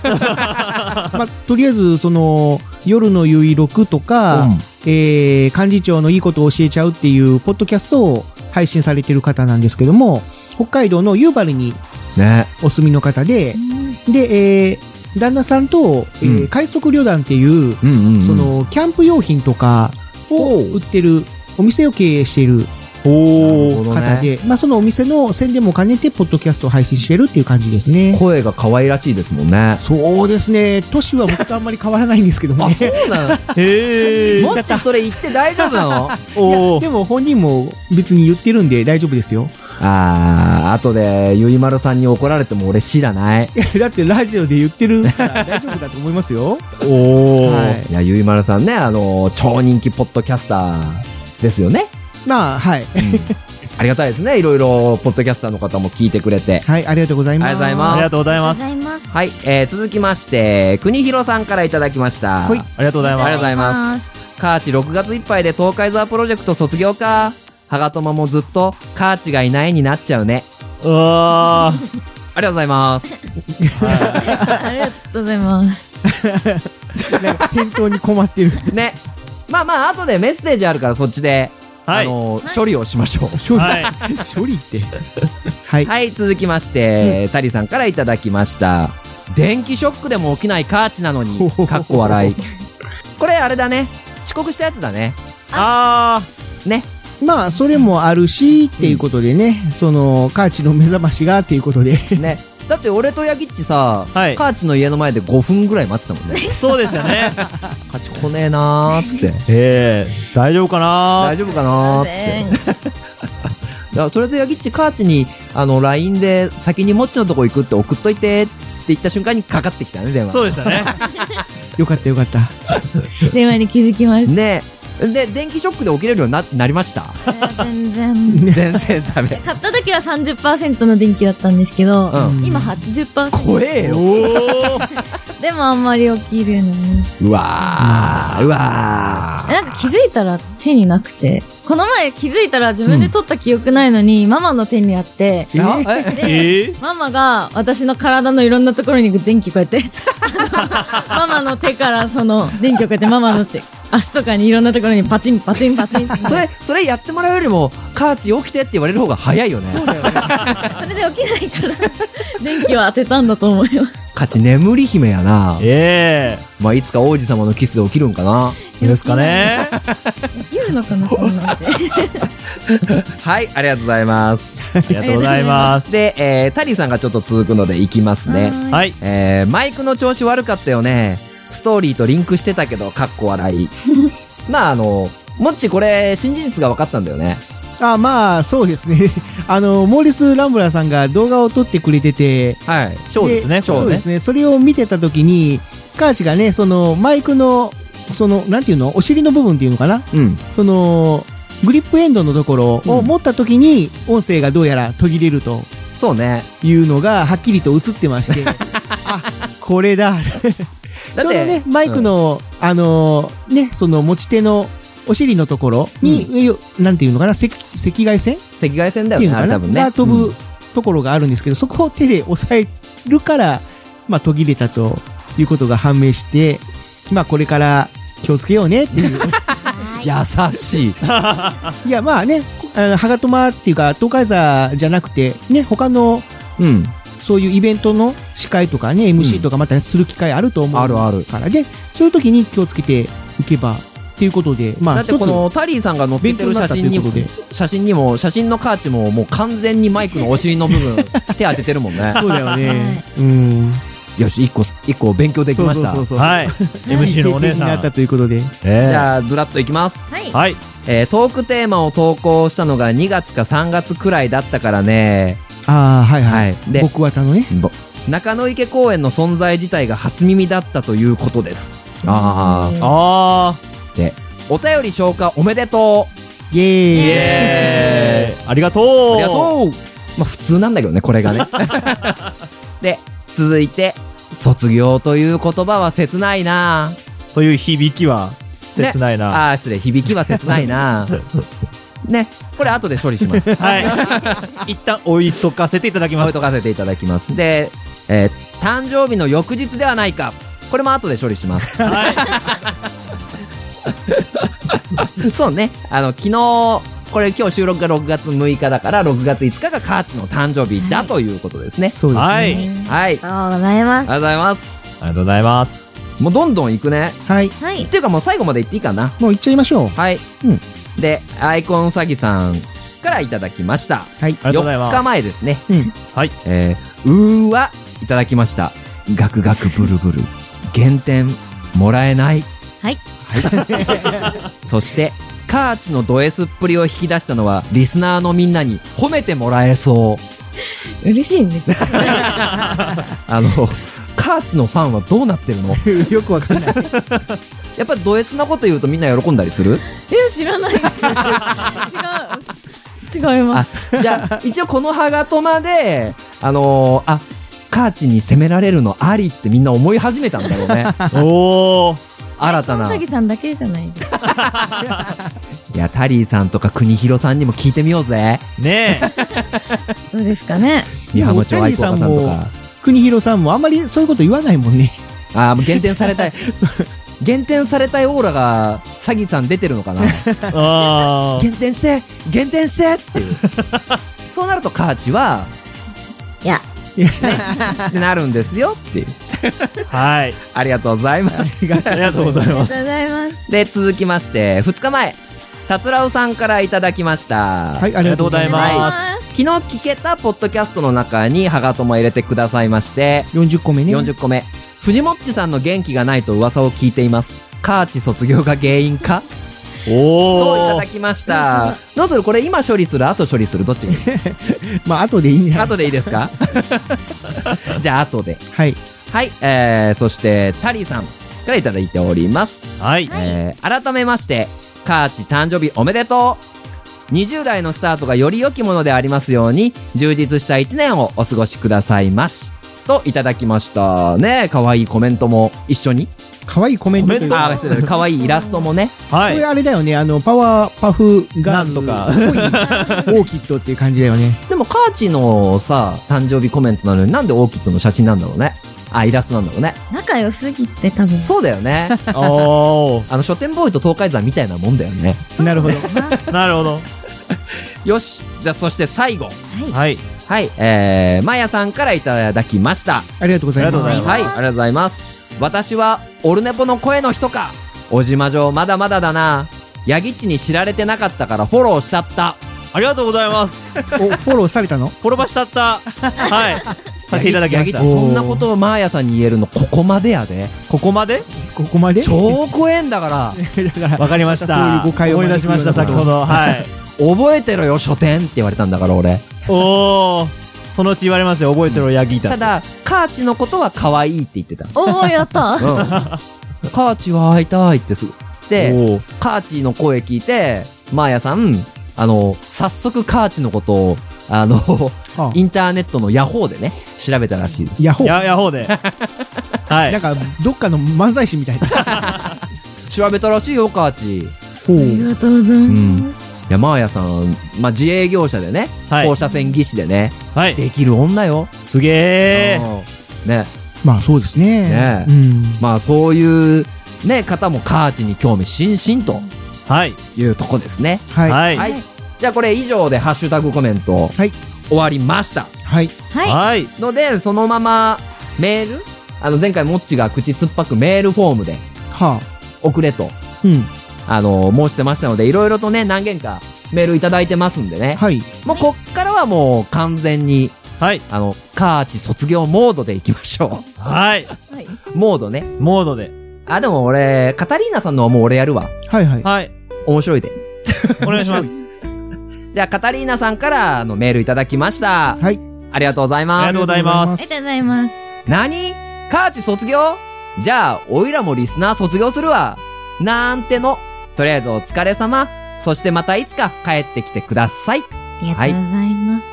S3: まあ、とりあえず、その、夜のゆいろくとか、
S4: うん
S3: えー幹事長のいいことを教えちゃうっていう、ポッドキャストを配信されてる方なんですけども、北海道の夕張に
S4: ね。
S3: お住みの方で、で、えー旦那さんと、えー
S4: うん
S3: 快速旅団っていう、
S4: うんうん、うん。
S3: そ、の、キャンプ用品とかを売ってる、お店を経営している
S4: お
S3: 方で、まあ、そのお店の宣伝も兼ねて、ポッドキャストを配信してるっていう感じですね。
S4: 声が可愛らしいですもんね。
S3: そうですね。年は僕とあんまり変わらないんですけども
S4: あ、
S3: ね。
S4: そうなの
S2: へえ
S4: も。っちそれ言って大丈夫なのあ
S2: おお
S3: で。も本人も別に言ってるんで大丈夫ですよ。
S4: あ後でゆいまるさんに怒られても俺知らない
S3: だってラジオで言ってるから大丈夫だと思いますよ。
S2: おお。
S3: はい
S4: やゆいまるさんねあの超人気ポッドキャスターですよね
S3: い。まあ、はい。
S4: ありがたいですねいろいろポッドキャスターの方も聞いてくれて
S3: はい、ありがとうございます。
S4: ありがとうござい
S2: あ
S4: ま
S2: り
S4: す
S2: がと
S1: ありがと
S2: うござい
S1: うご
S2: ま
S1: ざいま
S2: す。
S1: す
S4: はい、えー、続きまして国広さんからいただきました
S3: はい
S2: ありがとうござい
S4: あ
S2: ま
S4: りがとうございますカーチ6月いっぱいで東海ザープロジェクト卒業かハガトマもずっとカーチがいないになっちゃうね
S2: す。うわー。
S4: ありがとうございます
S1: ありがとうございます
S3: なんか返答に困ってる。
S4: ねまあまあ後でメッセージあるからそっちで、
S2: はい
S4: あ。の処理をしましょう
S3: 処理、
S2: はい
S3: 処理って。はい。
S4: はい、続きまして、タリさんからいた だきました。電気ショックでも起きないカーチなのに
S3: ほほほ、
S4: かっこ笑い。これあれだね。遅刻したやつだ ね。
S2: あー
S4: ね。
S3: まあ、それもあるし、っていうことでね、その、カーチの目覚ましが、っていうことで。
S4: ね。だって俺とヤギッチさ、
S2: はい
S4: カーチの家の前で5分ぐらい待ってたもんね。
S2: そうでしたね
S4: カーチ来ねえなーっつって。
S2: ええ大丈夫かな
S4: 大丈夫かなーっつって。だからとりあえずヤギッチカーチに、あの、LINE で先にモッチのとこ行くって送っといてって言った瞬間にかかってきたね、電話。
S2: そうでしたね
S3: よかったよかった。
S8: 電話に気づきまし
S4: ねで、電気ショックで起きれるようにななりました。
S8: た。全然。
S4: 全然ダメ。
S8: 買った時は30%の電気だったんですけど、
S4: うん
S8: 今80%。
S4: 怖えよ。
S2: おお
S8: でもあんまり起きるのに。
S4: うわー、うわ
S8: なんか気づいたら手になくて。この前気づいたら自分で取った記憶ないのに、ママの手にあって、
S4: ー。あえ
S8: で、ママが私の体のいろんなところに電気こう やって、ママの手からその電気をこうやってママの手、足とかにいろんなところにパチンパチンパチンって。
S4: それ、それやってもらうよりも、カーチ起きてって言われる方が早いよね。
S8: それで起きないから、電気を当てたんだと思います。
S4: カーチ眠り姫やな。
S2: ええ
S4: まあ、いつか王子様のキスで起きるんかな。
S2: ですかね
S8: できるのかな、そん なんて。
S4: はい、ありがとうございます。
S2: ありがとうございます
S4: で、えー、タリーさんがちょっと続くのでいきますね。
S2: はい
S4: えー、マイクの調子悪かったよね。ストーリーとリンクしてたけど、かっ こ笑い。まあ、あの、もっちこれ、新事実が分かったんだよね。
S3: あまあ、そうですね。 あの、モーリス・ランブラーさんが動画を撮ってくれてて、
S4: はい。
S2: そうですね
S3: そ
S2: こ
S3: う
S2: う
S3: で
S2: ね
S3: すね。それを見てたときに、カーチがね、その、マイクの、その、なんていうのお尻の部分っていうのかな
S4: うん。
S3: その、グリップエンドのところを持ったときに、音声がどうやら途切れると
S4: そうね。
S3: いうのが、はっきりと映ってまして、あ、これだ。
S4: だ
S3: ちょうどね、マイク、の、あのーね、その持ち手のお尻のところに、なんていうのかな、赤赤外線っ
S4: うん赤外線だ
S3: て
S4: よ
S3: いう
S4: ね、
S3: のか
S4: あれ
S3: な、
S4: 多分ね。
S3: が飛ぶところがあるんですけど、そこを手で押さえるから、まあ途切れたということが判明して、まあこれから気をつけようねっていう。
S4: 優しい。
S3: いや、まあね、あの、ハガトマっていうか、東海座じゃなくて、ね、他の、
S4: うん。
S3: そういうイベントの司会とかね、MC とかまたする機会あると思う。
S4: あるある。
S3: からで、そういう時に気をつけていけば、っていうことで、ま
S4: だ
S3: あ、
S4: って
S3: 一
S4: こ
S3: つ、
S4: のタリーさんが載っけ
S3: 勉
S4: て
S3: 強
S4: る
S3: になっ
S4: 写
S3: たと
S4: 真
S3: い
S4: に
S3: うこ
S4: も
S3: とで。
S4: 写真にも写真のカーチももう完全にマイクのお尻の部分手当ててるもんね
S3: そうだよね。うん。
S4: よし一個一個勉強できました
S3: そうそうそうそう。い。
S2: はい MC のお 姉
S3: 経験に
S2: さ
S3: なった
S2: ん
S3: ということで。
S2: え
S4: じゃあずらっといきます、
S1: はい
S2: えはい
S4: えートークテーマを投稿したのが2月か3月くらいだったからね
S3: ああ、はいは
S4: はいで
S3: い。僕はたのね。
S4: ぼ中野池公園の存在自体が初耳だったということですあ
S2: あ
S4: あ
S2: ー
S4: お便り消化おめでとう
S3: イェーイ。
S2: えーありがとう
S4: ありがとうまあ普通なんだけどねこれがねで続いて卒業という言葉は切ないな
S2: という響きは切ないな、
S4: ああー失礼響きは切ないなねこれ後で処理しま す
S2: はい。一旦置いとかせていただきま
S4: 置い
S2: す。
S4: とかせていただきますで、えー誕生日の翌日ではないかこれも後で処理します そうねあの昨日これ今日収録が6月6日だから6月5日がカーチの誕生日だということですね、
S3: そうですね。
S2: はい。あり
S4: はいあり
S1: ありがとうございます
S4: がとうございます
S2: がとうございます。
S4: もうどんどん行くね
S3: はい。
S1: はい
S4: っていうかもう最後まで行っていいかな
S3: もう行っちゃいましょう。
S4: はい、
S3: うん
S4: でアイコン詐欺さんからいただきました
S3: は
S2: あ
S3: い。
S2: りがとうございます
S4: 4日前ですね、
S3: うん
S2: はい
S4: えー、うーわいただきましたガクガクブルブル減点もらえない
S1: はい
S4: はい、そしてカーチのド S っぷりを引き出したのはリスナーのみんなに褒めてもらえそう
S8: 嬉しいんです。
S4: あのカーチのファンはどうなってるの
S3: よくわかんない。
S4: やっぱド S なこと言うとみんな喜んだりする
S8: え、知らない。 違う。違います。
S4: あ、じゃあ、一応このハガトマで、あのーあ、カーチに責められるのありってみんな思い始めたんだろう ね。
S2: おお。
S4: 新たな。
S8: さ
S4: い
S8: ぎさんだけじゃないです。
S4: や、タリーさんとか国広さんにも聞いてみようぜ。
S2: ね
S8: どうですかね。
S4: 宮浜
S3: で
S4: 町
S3: も
S4: 愛子さんとか。
S3: 国広さんもあんまり そういうこと言わないもんね。
S4: あー、もう減点されたい。減点されたいオーラが、詐欺さん出てるのかな
S2: え。あ
S4: 減点して減点してって いう。そうなるとカーチは、
S1: いや
S4: ってなるんですよっていう。
S2: はい。
S4: ありがとうございます。
S2: ありがとうございま
S8: りがとう
S2: す。
S8: ございます。
S4: で、続きまして、2日前、たつらうさんからいただきました。
S3: はい、ありがとうございま
S2: ありがとうございま
S8: あ
S2: す
S4: 昨日聞けたポッドキャストの中に、ハガトも入れてくださいまして、
S3: す。40個目ね。
S4: 40個目。藤もっちさんの元気がないと噂を聞いています。カーチ卒業が原因 かといた
S2: お
S4: だきました。 どうするこれ今処理する後処理するどっちがいい
S3: まあ、後でいいんじゃない
S4: 後でいいですか じゃあ後で。
S3: はい。
S4: はい、えー、そして、タリーさんからいただいております。
S2: ー。はい。
S4: えー改めまして、カーチ誕生日おめでとう !20 代のスタートがより良きものでありますように、充実した1年をお過ごしくださいまし。といただきました。ねえ、可愛いコメントも一緒に。
S3: 可愛いコメントという
S4: あ
S3: か
S4: ー、失礼可愛いイラストもね。
S2: は
S3: これ
S2: い。
S3: あれだよね、あの、パワーパフ
S2: な
S3: ガー
S2: ん
S3: ル
S2: と か。
S3: オーキッドっていう感じだよね。
S4: でも、カーチのさ、誕生日コメントなのになんでオーキッドの写真なんだろうね。あ、イラストなんだろうね。
S8: 仲良すぎて多分。
S4: そうだよね。
S2: お
S4: あの、書店ボーイと東海山みたいなもんだよね。
S3: なるほど。
S2: ー。なるほど。
S4: よし。じゃあ、そして最後。
S2: はい。
S4: はい、えー、まやさんからいただきました。
S3: ありがとうござい
S2: ありがとうござい
S3: ま。
S2: ますす
S4: はい、ありがとうございます。私は、オルネポの声の人か。小島城、まだまだだな。ヤギッチに知られてなかったからフォローしたった。
S2: ありがとうございます。フ
S3: お、フォローされたの
S2: ォロバシたった。はい。させていただきまし
S4: ヤ
S2: た
S4: ギ。ッチそんなことをマーヤさんに言えるの、ここまでやで。
S2: ここまで
S3: ここまで
S4: 超怖えんだから、
S2: わかりまし
S3: また
S2: た。
S3: そういう誤解を
S2: 思い出しました、
S3: 招
S2: 先
S3: くよ
S2: ほ
S3: う
S2: ど。はい。
S4: 覚えてろよ、書店って言われたんだから、俺。
S2: おー。そのうち言われますよ。覚えてろ、ヤギー
S4: た
S2: タ。
S4: だ、カーチのことは可愛いって言ってた。
S8: おー、やった。
S4: うん。 カーチは会いたいってすぐ。で、
S2: おー。
S4: カーチの声聞いて、マーヤさん、あの、早速カーチのことを、あの、
S3: あ
S4: インターネットのヤホーでね、調べたらしい。
S3: ヤホー。
S2: や、やほうで。は
S3: なん
S2: い。
S3: か、どっかの漫才師みたいな。
S4: 調べたらしいよ、カーチ。
S3: ほ
S8: あり
S3: う。
S8: がとうござい
S4: うん
S8: ま。
S4: いや、マーヤさん、まあ、自営業者でね、
S2: はい
S4: 放射線技師でね、
S2: はい。
S4: できる女よ。
S2: すげー。
S4: うんね、
S3: まあ、そうですね
S4: ね。え
S3: うん。
S4: まあ、そういう、ね、方もカーチに興味津々と
S2: はい。
S4: いうとこですね。
S3: はい。
S2: はい。
S4: はい。じゃあ、これ以上でハッシュタグコメント、
S3: はい
S4: 終わりました。
S3: はい。
S8: す。はい。
S2: はい。
S4: ので、そのままメールあの、前回もっちが口酸っぱくメールフォームで
S3: はあ。
S4: 送れと、
S3: うん。
S4: あの、申してましたので、いろいろとね、何件かメールいただいてますんでね。
S3: はい。
S4: もうこっからはもう完全に、
S2: はい。
S4: あの、カーチ卒業モードでいきましょ
S2: はい。
S8: はい。
S4: う。 モードね。
S2: モードで。
S4: あ、でも俺、カタリーナさんのはもう俺やるわ。
S3: はいはい。
S2: はい。
S4: 面白いで。
S2: お願いします。
S4: じゃあ、カタリーナさんからあのメールいただきました。
S3: はい。
S4: ありがとうござい
S2: あり
S4: ま
S2: が
S4: す
S2: とう。ございま
S8: ありが
S2: す。
S8: とうございます。
S4: 何カーチ卒業じゃあ、おいらもリスナー卒業するわ。なんての。とりあえずお疲れ様。そしてまたいつか帰ってきてください。
S8: ありがとうございます。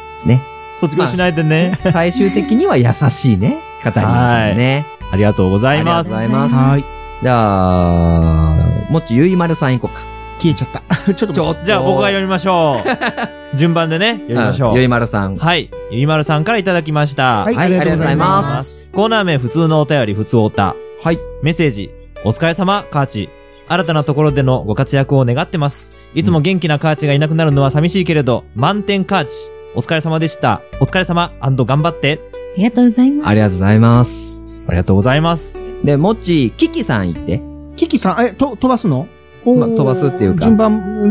S2: 卒業しないでね。
S4: 最終的には優しいね。方にですね。
S2: ありがとうござ
S4: あ
S2: い
S4: りが
S2: ま
S4: とう
S2: す
S4: ご。ざいます。
S3: はい。
S4: じゃあ、もっちゆいまるさん行こうか。
S3: 消えちゃった。ちょっと待って
S4: ちょっと。
S2: じゃあ僕が読みましょ う。順番でね、読みましょ。
S4: んゆいうまるさん。
S2: はい。ゆいまるさんからいただきました。
S3: はい、
S4: は
S3: あ
S4: い
S3: りがとうござい
S4: ありがとう
S3: ま
S4: ござい
S3: す。
S2: ます。コーナー名普通のお便り普通おた。
S4: はい。
S2: メッセージ。お疲れ様、カーチ。新たなところでのご活躍を願ってます。いつも元気なカーチがいなくなるのは寂しいけれど、満点カーチ。お疲れ様でした。お疲れ様頑張って。
S8: ありがとうございます。
S4: ありがとうございます。
S2: ありがとうございます。
S4: で、もっち、キキさん行って。
S3: キキさん、え、と、飛ばすの
S4: ま飛ばすっていうか
S3: 順番、う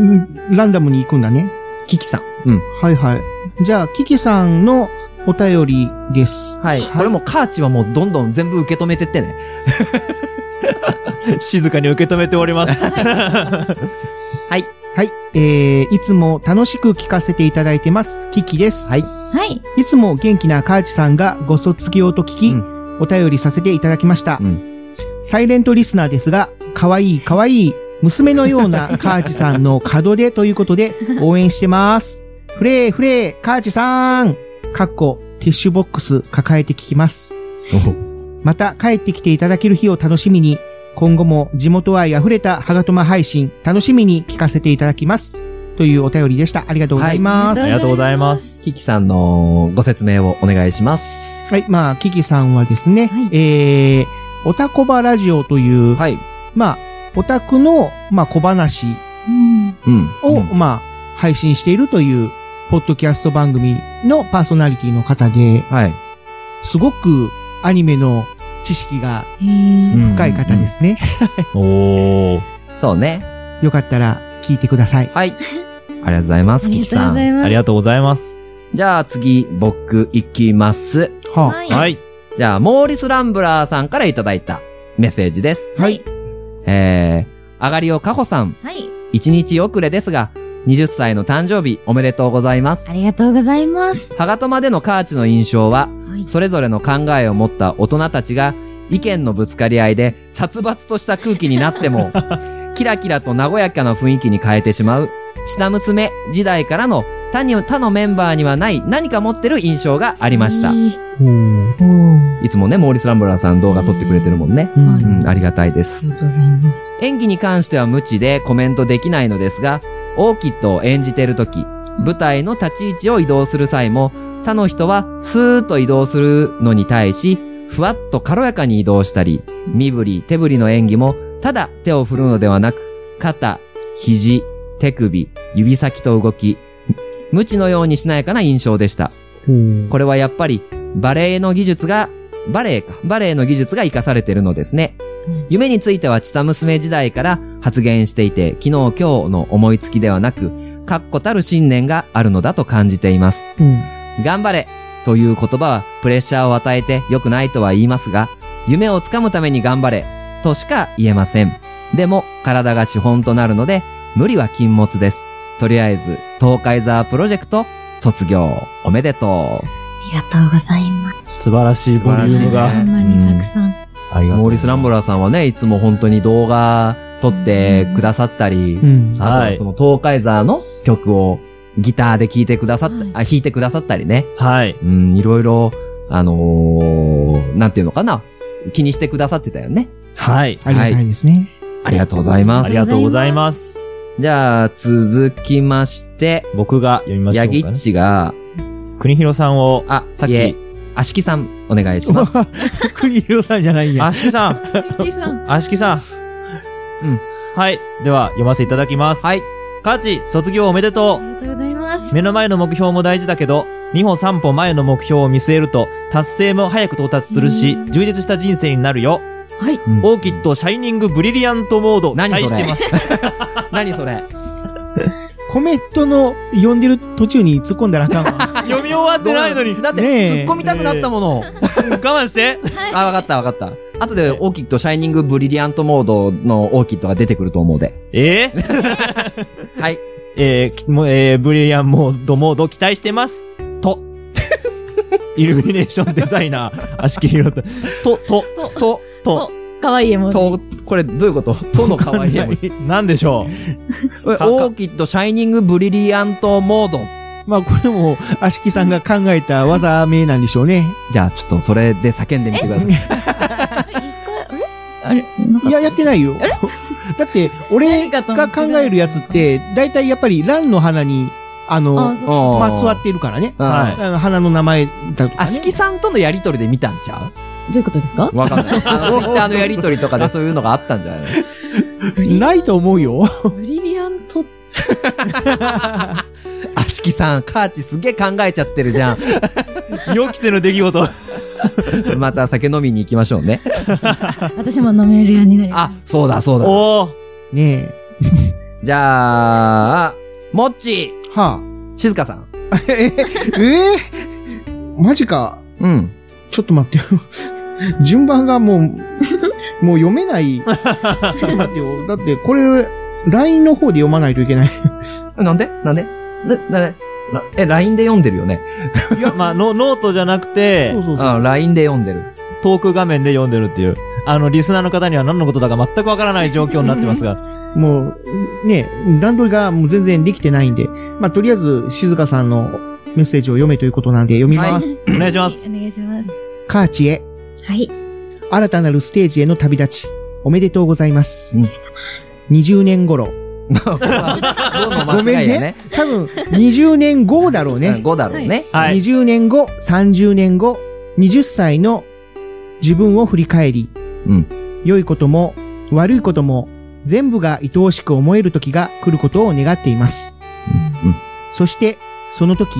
S3: んランダムに行くんだね。
S4: キキさん。うん。
S3: はいはい。じゃあ、キキさんのお便りです。
S4: はい。これもカーチはもうどんどん全部受け止めてってね。
S2: 静かに受け止めており ます。
S3: はい。えー、いつも楽しく聞かせていただいてます。キキです。
S4: はい。
S8: はい。
S3: いつも元気なカーチさんがご卒業と聞き、
S4: う
S3: お便りさせていただきました。
S4: う
S3: サイレントリスナーですが、可愛い可愛い娘のようなカーチさんの門出というこ とで応援してます。フレーフレーカーチさんかっこ、ティッシュボックス抱えて聞きます。また帰ってきていただける日を楽しみに、今後も地元愛溢れたハガトマ配信楽しみに聞かせていただきます。というお便りでした。ありがとうございます。
S2: ありがとうございます。
S4: キキさんのご説明をお願いします。
S3: はい、まあ、キキさんはです
S8: は
S3: ね、
S8: い
S3: えー、おたこばラジオという、
S4: はい。
S3: まあ、オタクの、まあ、小話
S8: うん。
S4: うん。
S3: を、
S4: うん
S3: まあ、配信しているという、ポッドキャスト番組のパーソナリティの方で、
S4: はい。
S3: すごくアニメの知識が
S8: へー
S3: 深い方ですね。
S2: おー。
S4: そうね。
S3: よかったら聞いてください。
S4: はい。ありがとうございま
S8: あ
S4: す、
S8: り
S4: キ
S8: が
S4: キ
S8: とう
S4: さ
S8: ござい
S4: ん。
S8: ま
S2: あ
S8: す
S2: り。がとうございます。
S4: じゃあ次、僕行きます。
S3: は
S2: はい。
S4: じゃあ、モーリス・ランブラーさんからいただいたメッセージです。
S3: あ。はい。
S4: えー、上がりをかほさん、
S1: はい。
S4: 一日遅れですが、20歳の誕生日おめでとうございます
S8: あ。りがとうございます。
S4: ハガトマでのカーチの印象は、
S8: はい
S4: それぞれの考えを持った大人たちが、意見のぶつかり合いで殺伐とした空気になっ ても、キラキラと和やかな雰囲気に変えてしまう、下娘時代からの他に他のメンバーにはない何か持ってる印象がありました。いつもね、モーリス・ランブラーさん動画撮ってくれてるもんね。
S3: うん
S4: うん、ありがたいです。
S8: がとうございます。
S4: 演技に関しては無知でコメントできないのですが、オーキッドを演じているとき、舞台の立ち位置を移動する際も、他の人はスーッと移動するのに対し、ふわっと軽やかに移動したり、身振り、手振りの演技も、ただ手を振るのではなく、肩、肘、手首、指先と動き、無知のようにしなやかな印象でした。これはやっぱり、バレエの技術が、バレエか、バレエの技術が活かされているのですね。夢についてはチタ娘時代から発言していて、昨日今日の思いつきではなく、確固たる信念があるのだと感じています。
S3: うん
S4: 頑張れという言葉はプレッシャーを与えて良くないとは言いますが、夢をつかむために頑張れとしか言えません。でも体が資本となるので、無理は禁物です。とりあえず、東海沢プロジェクト卒業おめでと
S8: ありがとうございます。
S2: 素晴らしいボリューム
S4: 素晴らしい
S2: が。
S8: こんなにたくさん。
S2: あり
S4: う。
S2: がとう
S4: モーリス・ランボラーさんはね、いつも本当に動画撮ってくださったり、
S3: うん。
S4: あと
S2: は
S4: はいその東海沢の曲をギターで聴いてくださった、あ、弾いてくださったりね。
S2: はい。
S4: うん、いろいろ、あのー、なんていうのかな。気にしてくださってたよね。
S2: はい。
S3: ありがたいですね。
S4: ありがとうございま
S2: あ
S4: す
S2: り。がとうございます。
S4: じゃあ、続きまして、
S2: 僕が読みましょ
S4: ヤギ
S2: うか
S4: ッ
S2: ね。
S4: チが、
S2: 国広さんを、
S4: あ、
S2: さっ
S4: い
S2: き
S4: え、、あしきさん、お願いします。
S3: 国広さんじゃないんや。
S2: あしきさん、
S8: さ ん。
S2: あしきさん。
S4: うん。
S2: はい。では、読ませていただきます。。
S4: はいい。
S2: カーチ、卒業おめでとう
S8: あ。りがとうございます。
S2: 目の前の目標も大事だけど、2歩3歩前の目標を見据えると、達成も早く到達するし、充実した人生になるよ。
S8: はい。
S4: うん
S2: オーキッドシャイニングブリリアントモード、期
S4: 何
S2: 待し
S4: それ
S2: てます。
S4: 何 それ
S3: コメントの読んでる途中に突っ込んだらあかん わ。
S2: 読み終わってないのに、
S4: だって、
S3: ねえ
S4: 突っ込みたくなったもの。
S2: 我慢して。
S4: あ、わかったわかった。後で、オーキッド、シャイニングブリリアントモードのオーキッドが出てくると思うで。
S2: えー、
S4: はい。
S2: えーきもえーブリリアンモードモード期待してます。と。イルミネーションデザイナー、足切りと、と、と、
S4: と、
S2: と、
S8: かわいい絵文字。
S4: と、これどういうこととの可愛い絵 文字。
S2: なんでしょ
S4: えオーキッド、シャイニングブリリアントモード。
S3: まあこれも、あしきさんが考えた技名なんでしょうね。
S4: じゃあ、ちょっとそれで叫んでみてください。
S8: 一回、あれあれなんか
S3: いや、やってないよ。 だって、俺
S8: 何かと
S3: が
S8: 間違
S3: 考えるやつって、だいたいやっぱり蘭の花に、あの
S8: あ、そう
S4: ま
S3: まつわっているからね。
S4: うん
S2: はい
S3: あの花の名前だとか、ね。
S4: あしきさんとのやりとりで見たんちゃ
S8: どういうことですか
S4: うわかんない。あの、ツイッターのやりとりとかでそういうのがあったんじゃないの
S3: ないと思うよ。
S8: ブリリアント。
S4: あしきさん、カーチすげえ考えちゃってるじゃん。
S2: う。予期せぬ出来事。
S4: また酒飲みに行きましょうね。
S8: 私も飲めるようになり
S4: あ
S8: ま、。
S4: そうだそうだ。
S2: おー。
S3: ねえ。
S4: じゃあ、もっち
S3: は
S4: 静香さん。
S3: あ。え、 えー、マジか。
S4: うん。
S3: ちょっと待ってよ。 順番が もう、もう読めない。ちょっと待ってよ。だってこれ、LINE の方で読まないといけない。
S4: なんでなんでな、なんでなえ、LINE で読んでるよね。
S2: いや、まあ、ノノートじゃなくて、
S3: そう
S4: あ、LINE で読んでる。
S2: トーク画面で読んでるっていう。あの、リスナーの方には何のことだか全くわからない状況になってますが。
S3: もう、ね、段取りがもう全然できてないんで、まあ、とりあえず、静香さんのメッセージを読めということなんで読みます。
S2: お願いしますす
S8: お。願いします。
S3: カーチへ、
S8: はい。
S3: 新たなるステージへの旅立ち、おめでとうございます。
S4: うん
S3: 20年頃。
S4: どうの間違い やね。
S3: 多分、20年後だろう
S4: うん
S3: ね。
S4: 5だろうね。
S2: はい。
S3: 20年後、30年後、20歳の自分を振り返り、
S4: うん
S3: 良いことも悪いことも全部が愛おしく思える時が来ることを願っています。
S4: うん
S3: そして、その時、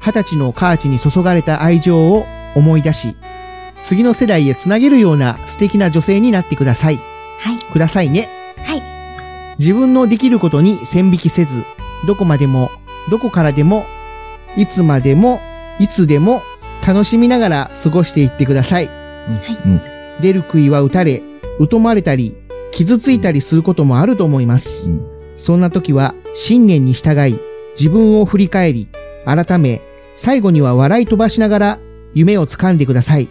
S3: 二十歳のカーチに注がれた愛情を思い出し、次の世代へつなげるような素敵な女性になってください。
S1: はい。
S3: くださいね。
S1: はい。
S3: 自分のできることに線引きせず、どこまでも、どこからでも、いつまでも、いつでも、楽しみながら過ごしていってください。
S4: うん
S3: 出る杭は打たれ、疎まれたり、傷ついたりすることもあると思います。
S4: うん
S3: そんな時は、信念に従い、自分を振り返り、改め、最後には笑い飛ばしながら、夢を掴んでください。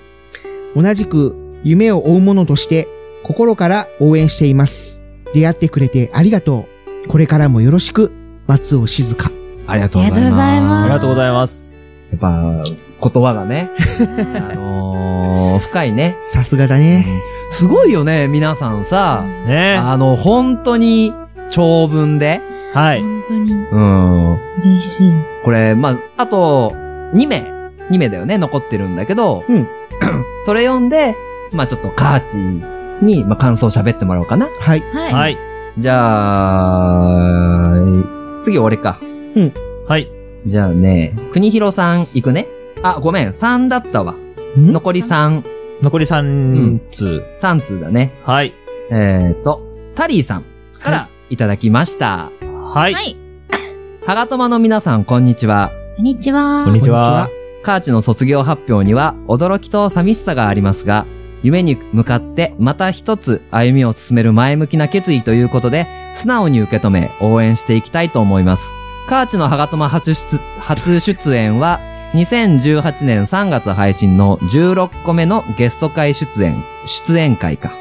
S3: 同じく、夢を追う者として、心から応援しています。出会ってくれてありがとう。これからもよろしく、松尾静香。
S4: ありがとうござい
S8: ありがとう
S4: ます。
S8: ござい
S2: あ
S8: ま
S2: りがとうございます。
S4: やっぱ、言葉が ね、あのー、深いね。
S3: さすがだね。
S4: すごいよね、皆さんさ。
S2: ね
S4: あの、本当に、長文で。
S2: はい。
S8: 本当に
S4: うん。
S8: 嬉しい。
S4: これ、まあ、あと、2名、2名だよね、残ってるんだけど、
S3: うん
S4: それ読んで、まあ、ちょっとカーチに、まあ、感想喋ってもらおうかな。
S3: はい。
S8: はい。
S2: はい。
S4: じゃあ、次俺か。
S2: はい。
S4: じゃあね、国広さん行くね。あ、ごめん、3だったわ。
S3: ん
S4: 残り3、
S2: 残り3通。
S4: 3通だね。
S2: はい。
S4: えーと、タリーさんからいただきました。
S2: はい。
S1: はい。
S4: はがとまの皆さん、こんにちは。
S1: こんにちは
S2: こん。にちは。
S4: カーチの卒業発表には驚きと寂しさがありますが、夢に向かってまた一つ歩みを進める前向きな決意ということで、素直に受け止め応援していきたいと思います。カーチのハガトマ初出、初出演は、2018年3月配信の16個目のゲスト会出演、出演会か。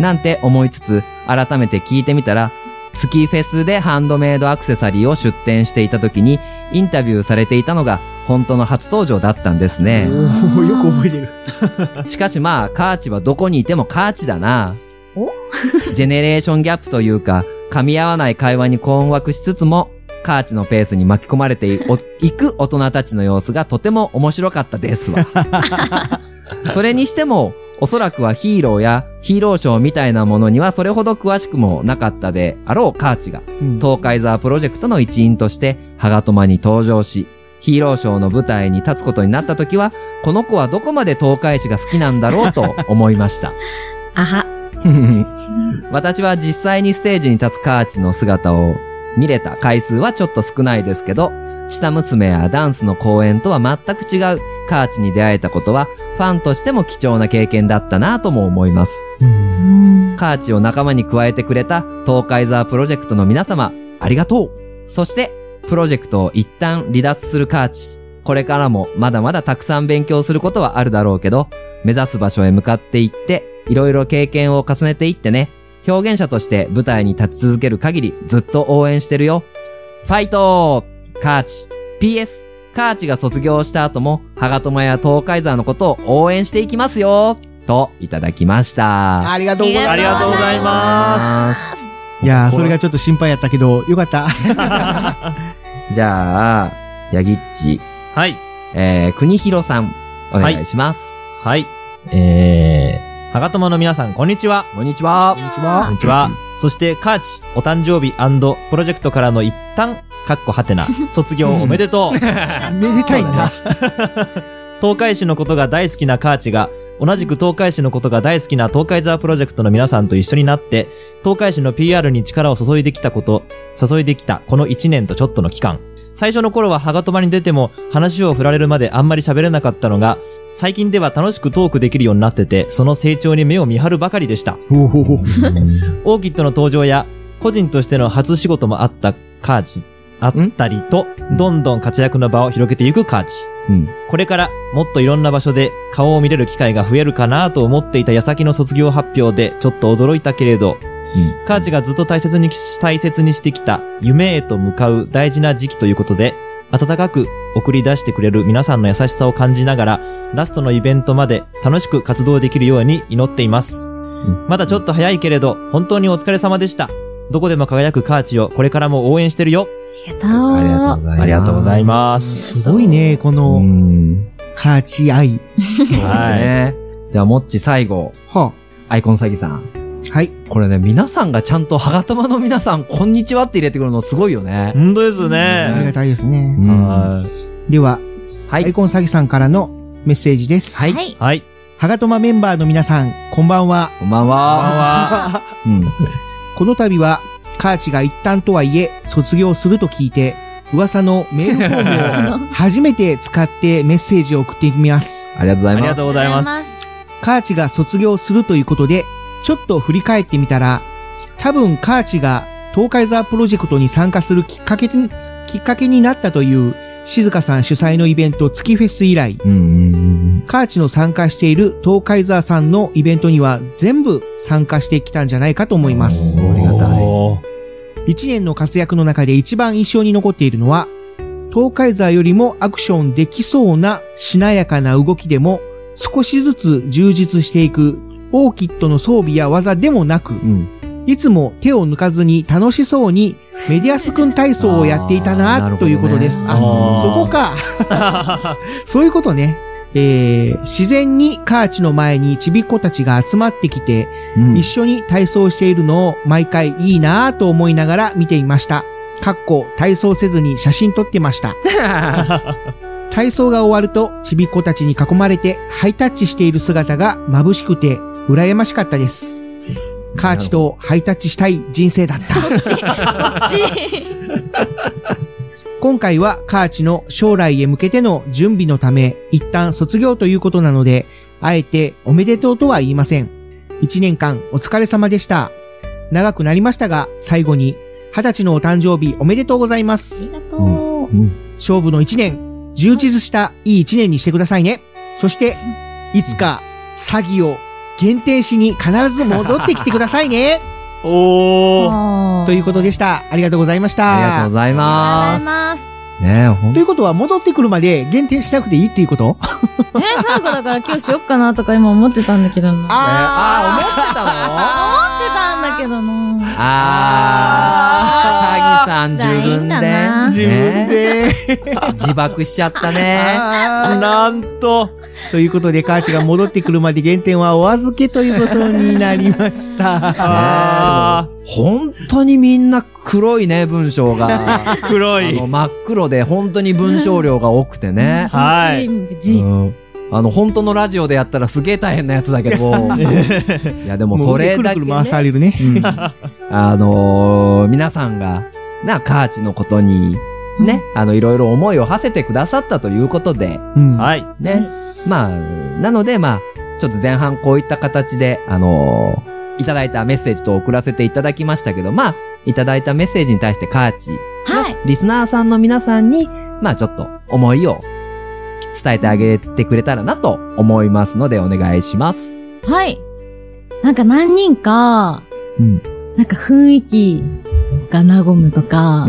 S4: なんて思いつつ、改めて聞いてみたら、月フェスでハンドメイドアクセサリーを出展していた時に、インタビューされていたのが、本当の初登場だったんですね。
S3: おーよく覚えてる。
S4: しかしまあ、カーチはどこにいてもカーチだな。ジェネレーションギャップというか、噛み合わない会話に困惑しつつも、カーチのペースに巻き込まれていおいく大人たちの様子がとても面白かったですわ。それにしても、おそらくはヒーローやヒーローショーみたいなものにはそれほど詳しくもなかったであろうカーチが、東海ザープロジェクトの一員として、ハガトマに登場し、ヒーローショーの舞台に立つことになった時は、この子はどこまで東海市が好きなんだろうと思いました。
S8: あは。
S4: 私は実際にステージに立つカーチの姿を見れた回数はちょっと少ないですけど、下娘やダンスの公演とは全く違うカーチに出会えたことは、ファンとしても貴重な経験だったなぁとも思います。カーチを仲間に加えてくれた東海ザープロジェクトの皆様、ありがとうそして、プロジェクトを一旦離脱するカーチ。これからもまだまだたくさん勉強することはあるだろうけど、目指す場所へ向かっていって、いろいろ経験を重ねていってね。表現者として舞台に立ち続ける限りずっと応援してるよ。ファイトカーチ !PS! カーチが卒業した後も、ハガトマや東海山のことを応援していきますよと、いただきました。
S3: ありがとうございます。
S2: ありがとうございます。
S3: いやー、それがちょっと心配やったけど、よかった。
S4: じゃあ、ヤギッチ、
S2: はい。
S4: えー、国広さん、お願いします。
S2: はい。えー、はがとまの皆さん、こんにちは。
S4: こんにちは。
S1: こんにちは
S2: こんにちは。そして、カーチ、お誕生日プロジェクトからの一旦、かっこはてな、卒業おめでと う。
S3: めでたいな。
S2: 東海市のことが大好きなカーチが、同じく東海市のことが大好きな東海ザープロジェクトの皆さんと一緒になって、東海市の PR に力を注いできたこと、注いできたこの1年とちょっとの期間。最初の頃はハガトマに出ても話を振られるまであんまり喋れなかったのが、最近では楽しくトークできるようになってて、その成長に目を見張るばかりでした。オーキッドの登場や、個人としての初仕事もあったカーチ、あったりと、どんどん活躍の場を広げていくカーチ。
S4: うん。
S2: これからもっといろんな場所で顔を見れる機会が増えるかなと思っていた矢先の卒業発表でちょっと驚いたけれど、
S4: うん
S2: カーチがずっと大切に、大切にしてきた夢へと向かう大事な時期ということで、温かく送り出してくれる皆さんの優しさを感じながら、ラストのイベントまで楽しく活動できるように祈っています。まだちょっと早いけれど、本当にお疲れ様でした。どこでも輝くカーチをこれからも応援してるよ。
S1: ありがとう。
S4: ござ
S2: ありがとうございますす。
S3: ごいね、こ
S4: う
S3: の、
S4: ん。
S3: カーチ愛。
S2: はい。
S4: ね。では、もっち最後、
S3: は
S4: アイコン詐欺さん。
S3: あはい。
S4: これね、皆さんがちゃんと、ハガトマの皆さん、こんにちはって入れてくるのすごいよね。
S2: 本当です
S3: あり
S2: ね。
S3: がたいですね。
S4: うん
S2: は
S3: では、
S4: は
S3: アイ
S4: い。
S3: コン詐欺さんからのメッセージです。
S4: はい。
S1: はい。
S2: い。はい。
S3: ハガトマメンバーの皆さん、こんばんは。
S4: こんばんは。うん。
S3: この度は、カーチが一旦とはいえ、卒業すると聞いて、噂のメールフォー ムを初めて使ってメッセージを送ってみます。
S4: ありがとうござ
S2: あ
S4: い
S2: り
S4: ま
S2: が
S4: す。
S2: とうございます。
S3: カーチが卒業するということで、ちょっと振り返ってみたら、多分カーチが東海ザープロジェクトに参加するきっかけに、きっかけになったという、静香さん主催のイベント月フェス以来、
S4: うんうんうん。
S3: カーチの参加している東海ザーさんのイベントには全部参加してきたんじゃないかと思います。
S4: ありがたい。
S2: おー
S3: 一年の活躍の中で一番印象に残っているのは、東海ザーよりもアクションできそうなしなやかな動きでも少しずつ充実していくオーキッドの装備や技でもなく、
S4: うん。
S3: いつも手を抜かずに楽しそうにメディアス君体操をやっていた
S4: あーなる
S3: な
S4: ほ
S3: と
S4: どね
S3: いうことです。あ
S2: あー
S3: そこか。そういうことね。えー自然にカーチの前にちびっ子たちが集まってきて、
S4: うん
S3: 一緒に体操しているのを毎回いいなぁと思いながら見ていました。かっこ体操せずに写真撮ってま した。体操が終わるとちびっ子たちに囲まれてハイタッチしている姿が眩しくて羨ましかったです。カーチとハイタッチしたい人生だった。今回はカーチの将来へ向けての準備のため、一旦卒業ということなので、あえておめでとうとは言いません。一年間お疲れ様でした。長くなりましたが、最後に、二十歳のお誕生日おめでとうございます。
S1: がとう。
S3: 勝負の一年、充実したいい一年にしてくださいね。そして、いつか、詐欺を限定しに必ず戻ってきてください ね。
S2: おー
S3: ということでした。ありがとうございました。
S4: ありがとうござい
S1: ありがと
S4: ま
S1: うござい
S4: す。
S1: ます。
S4: ねえ、ほん
S3: ということは、戻ってくるまで限定しなくていいっていうこと
S8: えー、最後だから今日しよっかなとか今思ってたんだけどな。
S4: あー、思って
S8: 思ってたんだけどな。
S4: たのあー、詐欺さん自分
S1: じゃあいいかな
S4: で。
S2: 自分
S4: ね。
S2: で、
S4: 自爆しちゃったね。
S3: あ
S2: なんと、
S3: ーということで、カーチが戻ってくるまで原点はお預けということになりました。
S2: あ
S4: 本当にみんな黒いね、文章が。
S2: ー、黒
S4: あ
S2: い
S4: の、。真っ黒で本当に文章量が多くてね。
S2: はい
S8: じ
S4: うんあの、本当のラジオでやったらすげえ大変なやつだけど。いや、で も
S3: も
S4: そう
S3: 腕
S4: れ
S3: くる
S4: だ
S3: く
S4: け、
S3: る
S4: ね。
S3: 回されるね。
S4: うんあのー皆さんが、な、カーチのことに、ね、あの、いろいろ思いを馳せてくださったということで、
S3: うん。
S2: はい。
S4: ね。まあ、なので、まあ、ちょっと前半こういった形で、あのーいただいたメッセージと送らせていただきましたけど、まあ、いただいたメッセージに対してカーチ、
S1: はい。
S4: リスナーさんの皆さんに、まあちょっと思いをつ伝えてあげてくれたらなと思いますのでお願いします。
S8: はい。なんか何人か、
S4: うん。
S8: なんか雰囲気が和むとか、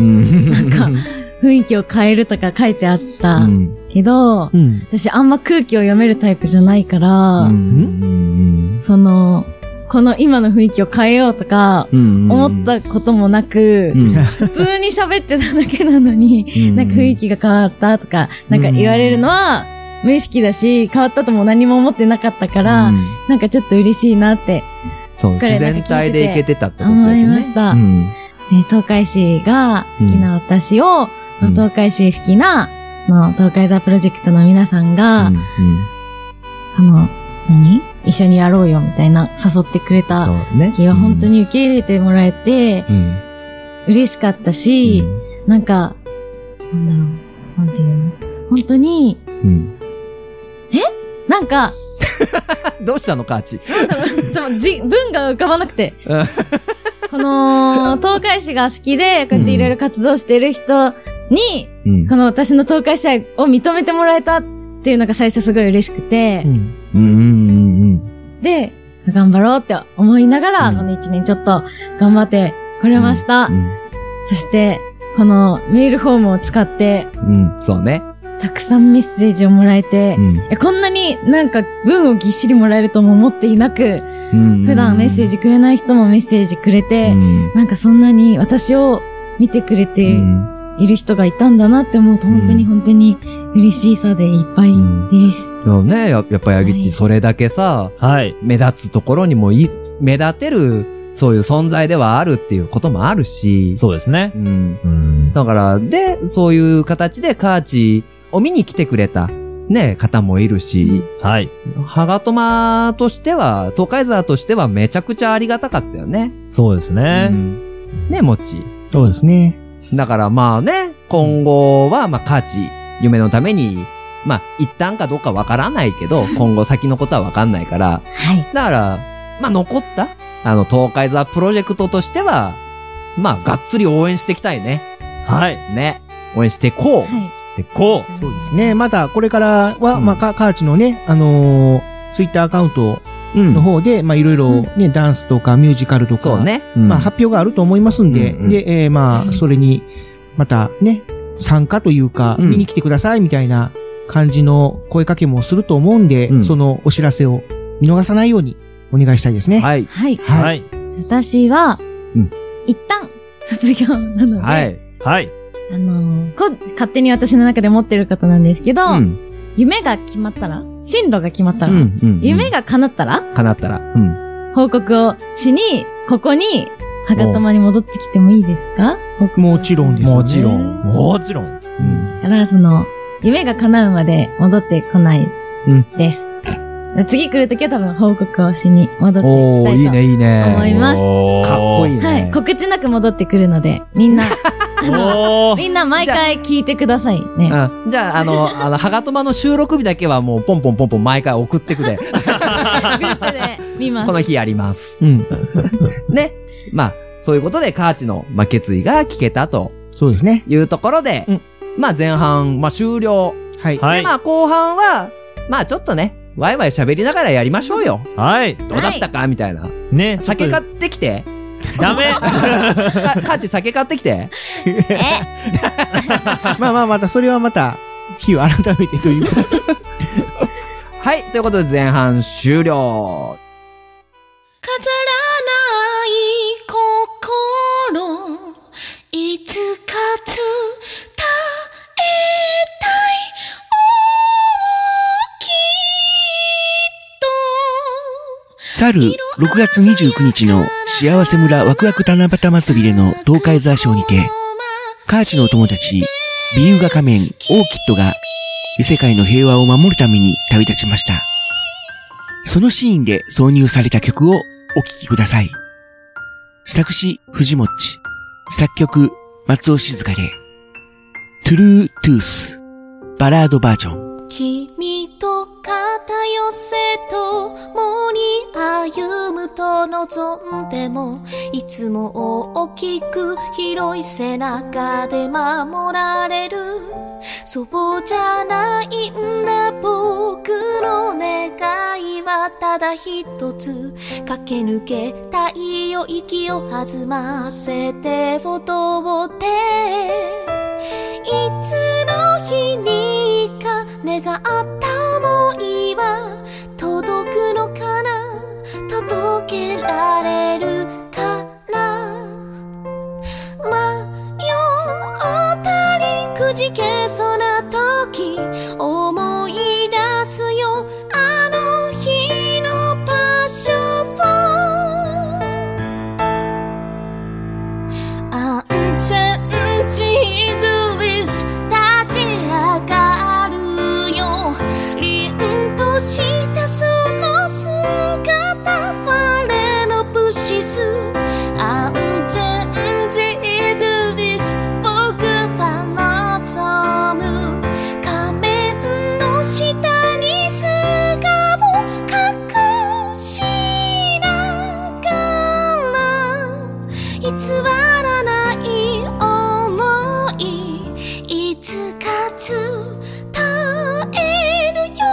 S4: なんか、
S8: 雰囲気を変えるとか書いてあった
S4: うん。
S8: けど、
S3: うん。
S8: 私あんま空気を読めるタイプじゃないから、
S4: うん。
S8: その、この今の雰囲気を変えようとか、
S4: うん。
S8: 思ったこともなく、
S4: うん。
S8: 普通に喋ってただけなのに、なんか雰囲
S4: 気。
S8: 気が変わったとか、なんか言われるのは、無意識だし、変わったとも何も思ってなかったから、
S4: うん
S8: なんかちょっと嬉しいなって
S4: そう、
S8: これ
S4: 自然体でいけてたってことですね。
S8: 思いました
S4: うん。
S8: ね東海市が好きな私を、
S4: うん
S8: 東海市好きな、あの東海ザプロジェクトの皆さんが、
S4: うん
S8: あの、何一緒にやろうよみたいな誘ってくれ
S4: そ
S8: た
S4: うね。
S8: 時は本当に受け入れてもらえて、
S4: うん。
S8: 嬉しかった
S4: うん。
S8: し、なんか、なんだろう、なんていうの本当に、
S4: うん。
S8: なんか、
S4: どうしたの、カー
S8: ち
S4: チ。
S8: ょ、じ、文が浮かばなくて。この、東海市が好きで、こうやっていろいろ活動してる人に、
S4: うん
S8: この私の東海市愛を認めてもらえたっていうのが最初すごい嬉しくて
S3: う、ん。
S4: うんうん
S8: で、頑張ろうって思いながら、
S4: うん
S8: この一年ちょっと頑張ってこれました。
S4: うん
S8: そして、このメールフォームを使って、
S4: うん。うん。そうね。
S8: たくさんメッセージをもらえて
S4: う、ん
S8: えこんなになんか文をぎっしりもらえるとも思っていなく、
S4: うん。
S8: 普段メッセージくれない人もメッセージくれて、なんかそんなに私を見てくれ
S4: う
S8: て
S4: ん
S8: いる人がいたんだなって思うと本当に
S4: うん
S8: 本当に嬉しいさでいっぱいです。
S4: そうね、ややっぱヤギッ
S8: は
S4: チ、
S8: い
S4: それだけさ、
S2: はい。
S4: 目立つところにもい、目立てる、そういう存在ではあるっていうこともあるし、
S2: そうですね
S4: う。ん。
S2: うん。
S4: だから、で、そういう形でカーチを見に来てくれた、ね、方もいるし、
S2: はい。
S4: ハガトマとしては、東海沢としてはめちゃくちゃありがたかったよね。
S2: そうですね
S4: う。んね、もち。
S3: そうですね。
S4: だからまあね、今後は、まあ、カーチ、夢のために、まあ、一旦かどうかわからないけど、今後先のことはわかんないか
S1: は
S4: ら、
S1: い。
S4: だから、まあ、残った、あの、東海座プロジェクトとしては、まあ、がっつり応援していきたいね。
S2: はい。
S4: ね。応援していこう。
S1: はい。
S2: で、こ。
S3: そうですね。また、これからは、
S4: うん
S3: まあ、かカーチのね、あのーツイッターアカウント
S4: うん
S3: の。方で、まあ、いろいろね、ダンスとかミュージカルとか、
S4: そうね。うん
S3: まあ、発表があると思いますんで、
S4: うんうん
S3: で、えーまあ、それに、またね、参加というか、
S4: うん
S3: 見に来てくださいみたいな感じの声かけもすると思うんで、
S4: うん
S3: そのお知らせを見逃さないようにお願いしたいですね。
S4: はい。
S1: はいう
S3: はい。
S2: はい。
S1: 私は、
S4: うん
S1: 一旦、卒業なので、
S4: はい。
S2: はい。
S8: あのーこ、勝手に私の中で持ってることなんですけど、
S4: うん。
S8: 夢が決まったら、進路が決まったら、
S4: うんうん。
S8: 夢が叶ったら、
S4: 叶ったら。うん。
S8: 報告をしに、ここに、はがとまに戻ってきてもいいですか
S3: もちろんですよ、ね。
S4: もちろん。
S2: もちろん。
S4: うん。
S8: だから、その、夢が叶うまで戻ってこない
S4: うん
S8: です。次来るときは多分報告をしに戻っていき
S4: お
S8: た
S4: ー、
S8: いと。
S4: いいね、いい
S8: 思い
S4: ね。
S8: ます
S2: おー
S4: かっこいいね。
S8: はい。告知なく戻ってくるので、みんな、
S2: おー
S8: みんな毎回聞いてくださいね。
S4: うんじゃあ、あの、あ の、はがとまの収録日だけはもう、ポンポンポンポン毎回送ってくれ。
S8: グループで見ま
S4: こ
S8: す。
S4: の日やり ます。
S3: うん。
S4: ね。まあ、そういうことで、カーチの、まあ、決意が聞けたと
S3: そうですね。
S4: いうところで、
S3: うん
S4: まあ、前半、まあ、終了。
S3: はい。
S2: は
S4: で、
S2: い
S4: ま。あ、後半は、まあ、ちょっとね、ワイワイ喋りながらやりましょうよ。
S2: はい。
S4: どうだったかみたいな。
S2: ね。
S4: 酒
S2: が
S4: 買ってきて。
S2: ダ メ
S4: かカーチ酒買ってきて。
S1: え、
S3: まあまあ、また、それはまた、日を改めてとい うことで
S4: はい。ということで、前半終了。
S9: 飾らない心いつか伝えたいきっ
S5: 去る6月29日の幸せ村ワクワク七夕祭りでの東海座賞にて、カーチのお友達、美優画仮面、オーキッドが、異世界の平和を守るために旅立ちました。そのシーンで挿入された曲をお聴きください。作詞、藤もっち。作曲、松尾静香で。トゥルートゥース。バラードバージョン。
S9: 君と肩寄せともに歩むと望んでもいつも大きく広い背中で守られるそうじゃないんだ僕の願いはただ一つ駆け抜け太陽息を弾ませて踊っていつの日にか願った想いは届くのかな届けられるかな迷ったりくじけそうな時思い出すよあの日の場所をアンチェンジルイス立ち上がるよ凛としたその姿我のプシスアンチェンジルイス僕は望む仮面の下に素顔隠しながら偽らない想いいつか伝えるよ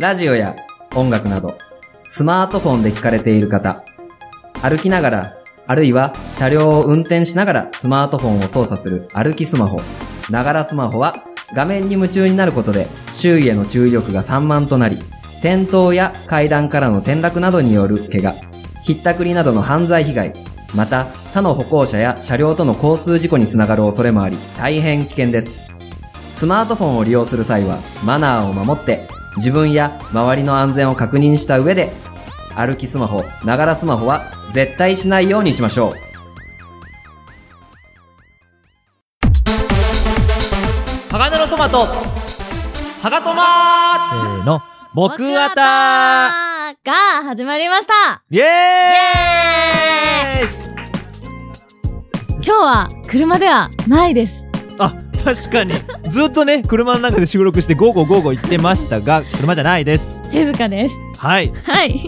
S4: ラジオや音楽など、スマートフォンで聞かれている方、歩きながら、あるいは車両を運転しながらスマートフォンを操作する歩きスマホ、ながらスマホは画面に夢中になることで周囲への注意力が散漫となり、転倒や階段からの転落などによる怪我、ひったくりなどの犯罪被害、また他の歩行者や車両との交通事故につながる恐れもあり、大変危険です。スマートフォンを利用する際はマナーを守って自分や周りの安全を確認した上で歩きスマホ、ながらスマホは絶対しないようにしましょう。
S2: 鋼のトマトハガトマーせーの、僕あた
S8: ーが始まりました
S2: イエ
S8: イエーイ今日は車ではないです。
S2: ーイあ、確かに。ずっとね、車の中で収録してゴーゴーゴーゴー言ってましたが、車じゃないです。
S8: 静かです。
S2: はい。
S8: はい。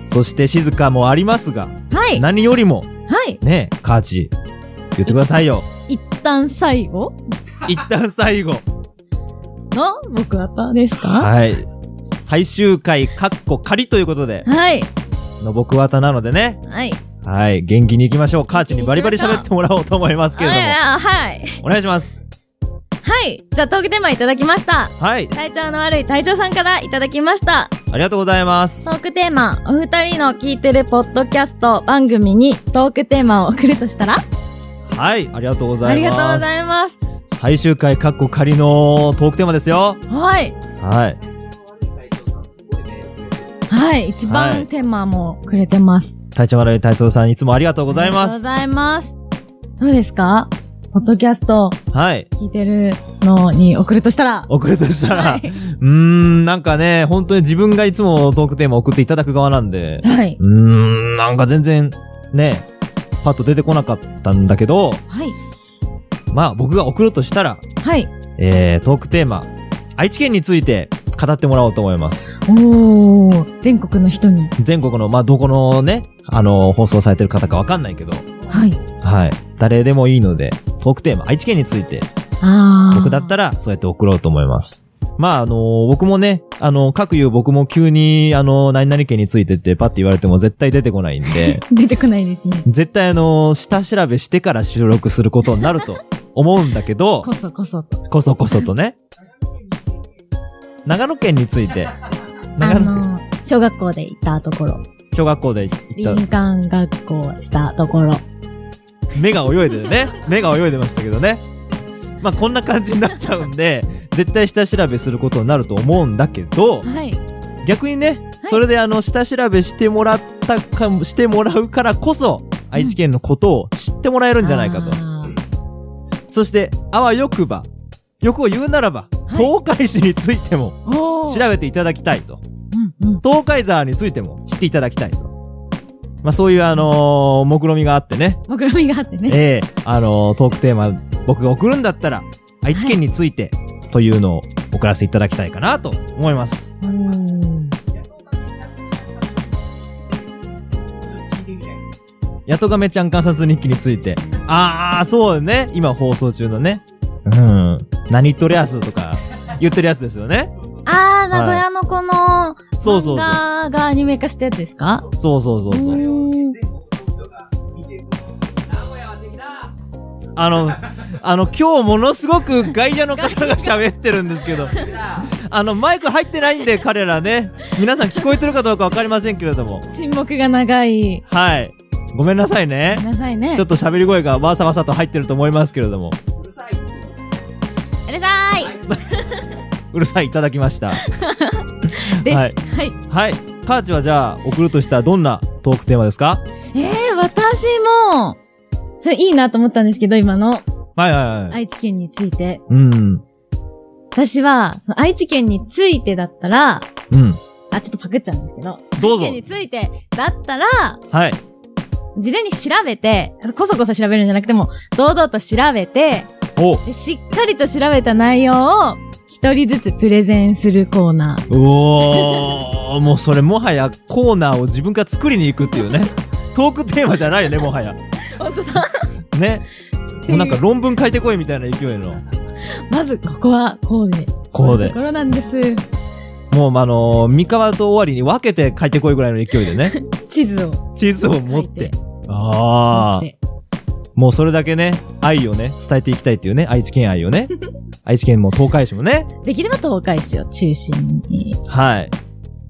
S2: そして静かもありますが、
S8: はい。
S2: 何よりも、
S8: はい。
S2: ねえ、カーチ、言ってくださいよ。
S8: 一旦最後
S2: 一旦最後。
S8: の僕あたですか
S2: はい。最終回、カッコ仮ということで、
S8: はい。
S2: の僕わたなのでね。
S8: はい。
S2: はい。元気に行きましょう。カーチにバリバリ喋ってもらおうと思いますけれども。
S8: ああはい。
S2: お願いします。
S8: はい。じゃあ、トークテーマいただきました。
S2: はい。
S8: 体調の悪い隊長さんからいただきました。
S2: ありがとうございます
S8: ト。ークテーマ、お二人の聞いてるポッドキャスト番組にトークテーマを送るとしたら
S2: はい。ありがとうござ
S8: あ
S2: い
S8: りが
S2: ます。
S8: とうございます。
S2: 最終回、カッコ仮のトークテーマですよ。
S8: はい。
S2: はい。
S8: はい。一
S2: は
S8: 番
S2: い
S8: テーマもくれてます。
S2: 体調悪い体操さん、いつもありがとうございま
S8: あり
S2: す。
S8: がとうございます。どうですかポッドキャスト
S2: はい。
S8: 聞いてるのに送るとしたら。
S2: 遅れとしたら、
S8: は
S2: う
S8: い。
S2: ーん、なんかね、本当に自分がいつもトークテーマ送っていただく側なんで、
S8: はい。
S2: うーん、なんか全然、ね、パッと出てこなかったんだけど、
S8: はい。
S2: まあ僕が送るとしたら、
S8: はい。
S2: えー、トークテーマ、愛知県について語ってもらおうと思います。
S8: おー、全国の人に。
S2: 全国の、まあどこのね、あの、放送されてる方かわかんないけど、
S8: はい。
S2: はい。誰でもいいので、トークテーマ、愛知県について、
S8: あー。
S2: 僕だったら、そうやって送ろうと思います。まあ、あの僕もね、あの各言う僕も急に、あの何々県についてってパッて言われても絶対出てこないん で、
S8: 出てこないですね。
S2: 絶対あの下調べしてから収録することになると思うんだけど
S8: こ、そこそと。
S2: こそこそとね。長野県について。
S8: あ
S2: 長野県。
S8: の、小学校で行ったところ、
S2: 小学校で行っ
S8: 林間学校したところ。
S2: た。目が泳いでるね。目が泳いでましたけどね。まあ、こんな感じになっちゃうんで、絶対下調べすることになると思うんだけど、
S8: はい。
S2: 逆にね、それであの下調べしてもらったかもしてもらうからこそ愛知県のことを知ってもらえるんじゃないかと、
S8: あー
S2: そしてあわよくば欲を言うならば、
S8: は
S2: 東海市についても
S8: おー
S2: 調べていただきたいと
S8: うんうん。
S2: 東海沢についても知っていただきたいとまあそういうあのー、目論みがあってね
S8: 目論みがあってね。
S2: ええあのー、トークテーマ僕が送るんだったら愛知県についてというのを送らせていただきたいかなと思います
S8: おー
S2: ヤトガメちゃん観察日記について。あー、そうね。今放送中のね。うん。何とりやすとか言ってるやつですよね。
S8: あー、名古屋のこの、
S2: そうそうそう
S8: 漫画がアニメ化したやつですか
S2: そうそうそうそう。
S8: う。
S2: あの、あの、今日ものすごく外野の方が喋ってるんですけど、あの、マイク入ってないんで彼らね、皆さん聞こえてるかどうかわかりませんけれども。
S8: 沈黙が長い。
S2: はい。ごめんなさいね
S8: ごめん。なさいね。
S2: ちょっと喋り声がわさわさと入ってると思いますけれども。
S8: うるさい。
S2: うるさい、いただきました。
S8: です。
S2: は
S8: はいい。
S2: はい。カーチはじゃあ、送るとしたらどんなトークテーマですか
S8: えー、私も、それいいなと思ったんですけど、今の
S2: はいはいはい。
S8: 愛知県について。
S2: うん。
S8: 私は、その愛知県についてだったら、
S2: うん。
S8: あ、ちょっとパクっちゃうんですけど、
S2: ど
S8: 愛知
S2: うぞ
S8: 県。についてだったら、
S2: はい。
S8: 事前に調べて、こそこそ調べるんじゃなくても、堂々と調べて、
S2: お
S8: でしっかりと調べた内容を、一人ずつプレゼンするコーナー。
S2: おー、 もうそれもはやコーナーを自分から作りに行くっていうね。トークテーマじゃないよね、もはや。
S8: 本当だ。
S2: ね。もうなんか論文書いてこいみたいな勢いの。
S8: まず、ここは、こうで。
S2: こうで
S8: ところなんです。
S2: もう、あのー三河と終わりに分けて帰ってこいぐらいの勢い でね、
S8: 地図を
S2: 地図を持
S8: 書
S2: っ
S8: い
S2: て。ああ
S8: 持っ、て
S2: もうそれだけね、愛をね、伝えていきたいっていうね、愛知県愛 をね、愛知県も東海市もね、
S8: できれば東海市を中心に。
S2: はい。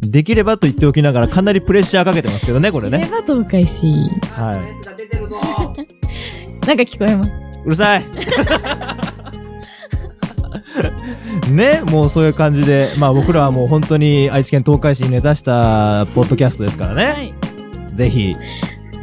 S2: できればと言っておきながら、かなりプレッシャーかけてますけどね、これ
S8: できれ
S2: ね。
S8: ば東海市。
S2: はい
S7: レスが出てるぞ。
S8: なんか聞こえます。
S2: うるさい ね、もうそういう感じで、まあ僕らはもう本当に愛知県東海市に根ざしたポッドキャストですからね。
S8: い。
S2: ぜひ、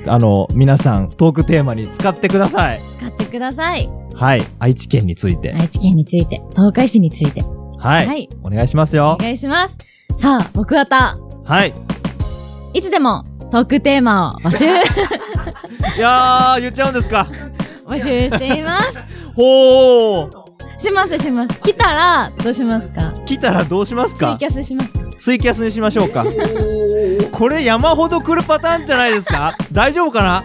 S2: あの、皆さんトークテーマに使ってください。
S8: 使ってください。
S2: はい。愛知県について。
S8: 愛知県について、東海市について。
S2: はい。
S8: はい
S2: お願いします
S8: お
S2: よ。
S8: 願いします。さあ、僕はた、
S2: はい。
S8: いつでもトークテーマを募 集、
S2: いやー、言っちゃうんですか。
S8: 募集していま
S2: ほー。
S8: す。します、します。来たら、どうしますか
S2: 来たらどうします
S8: ツイ
S2: か
S8: キャスします。
S2: ツイキャスにしましょうか。これ山ほど来るパターンじゃないですか大丈夫かな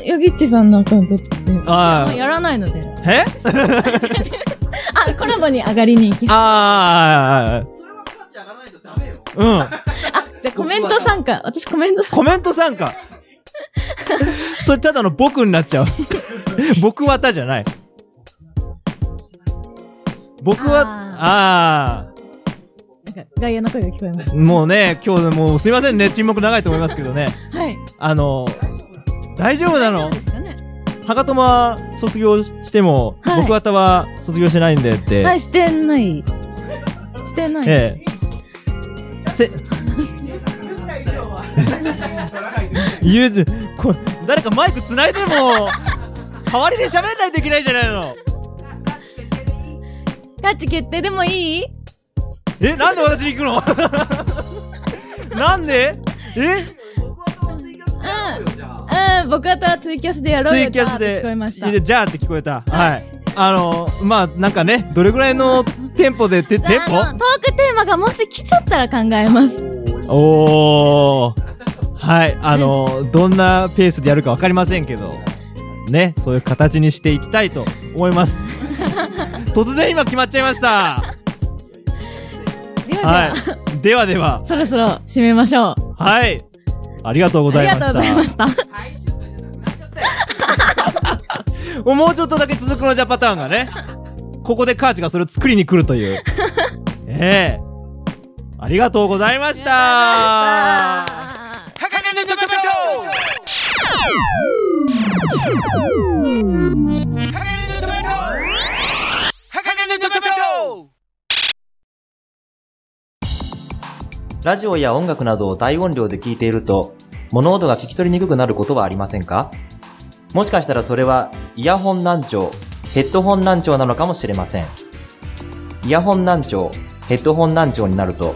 S8: え、ヨギッチさんのアカウントって、
S2: あ
S8: やらないので。
S2: ー。え
S8: あ、コラボに上がりに行き。
S2: あー。うん。
S8: じゃあコメント参加。私コメント参
S2: コメント参加。それただの僕になっちゃう。僕はたじゃない。僕は、あ
S8: 加。外野の声が聞こえます。
S2: あー、もうね、今日もうすいませんね、沈黙長いと思いますけどね。
S8: はい。
S2: あの、大丈夫な
S8: そ
S2: の
S8: うですかね。
S2: はがとま卒業しても、
S8: はい
S2: 僕はたは卒業してないんでって。
S8: はい、してない。してない。
S2: ええ。せ、言うず、こ誰かマイク繋いでも、代わりで喋んないといけないじゃないの。
S8: 価値決定でもいい
S2: え、なんで私に行くのなんでえ
S8: うん、僕はただツイキャスでやろ
S2: ツ
S8: うよ。
S2: イキャス
S8: じゃあって
S2: で
S8: 聞こえまし、た。
S2: いやじゃあって聞こえた。はい。あの、まあ、なんかね、どれぐらいのテンポで、て、テン
S8: あのトークテーマがもし来ちゃったら考えます。
S2: ポおー。はい。あの、どんなペースでやるかわかりませんけど、ね、そういう形にしていきたいと思います。突然今決まっちゃいました。
S8: ではでは、
S2: はい。ではでは、
S8: そろそろ締めましょう。
S2: はい。ありがとうご
S8: あ
S2: ざ
S8: り
S2: いま
S8: が
S2: し
S8: と
S2: た。
S8: うございま した。
S2: もうもうちょっとだけ続くのじゃパターンがね。ここでカーチがそれを作りに来るという。ええありがとうございました。
S10: ラジオや音楽などを大音量で聴いていると、物音が聞き取りにくくなることはありませんかもしかしたらそれは、イヤホン難聴、ヘッドホン難聴なのかもしれません。イヤホン難聴、ヘッドホン難聴になると、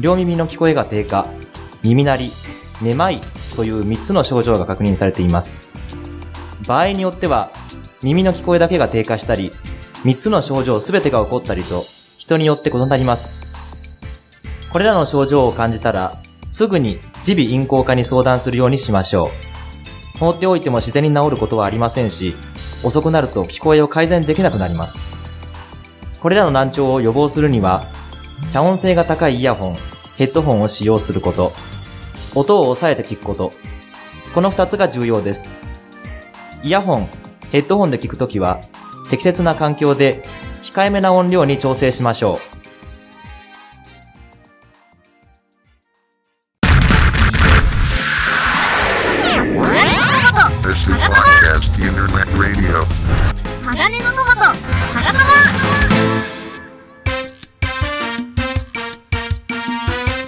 S10: 両耳の聞こえが低下、耳鳴り、めまいという3つの症状が確認されています。場合によっては、耳の聞こえだけが低下したり、3つの症状すべてが起こったりと、人によって異なります。これらの症状を感じたら、すぐに耳鼻咽喉科に相談するようにしましょう。放っておいても自然に治ることはありませんし、遅くなると聞こえを改善できなくなります。これらの難聴を予防するには、遮音性が高いイヤホン、ヘッドホンを使用すること、音を抑えて聞くこと、この2つが重要です。イヤホン、ヘッドホンで聞くときは、適切な環境で控えめな音量に調整しましょう。
S11: This is Podcast Internet Radio.
S1: 鋼のトマト鋼玉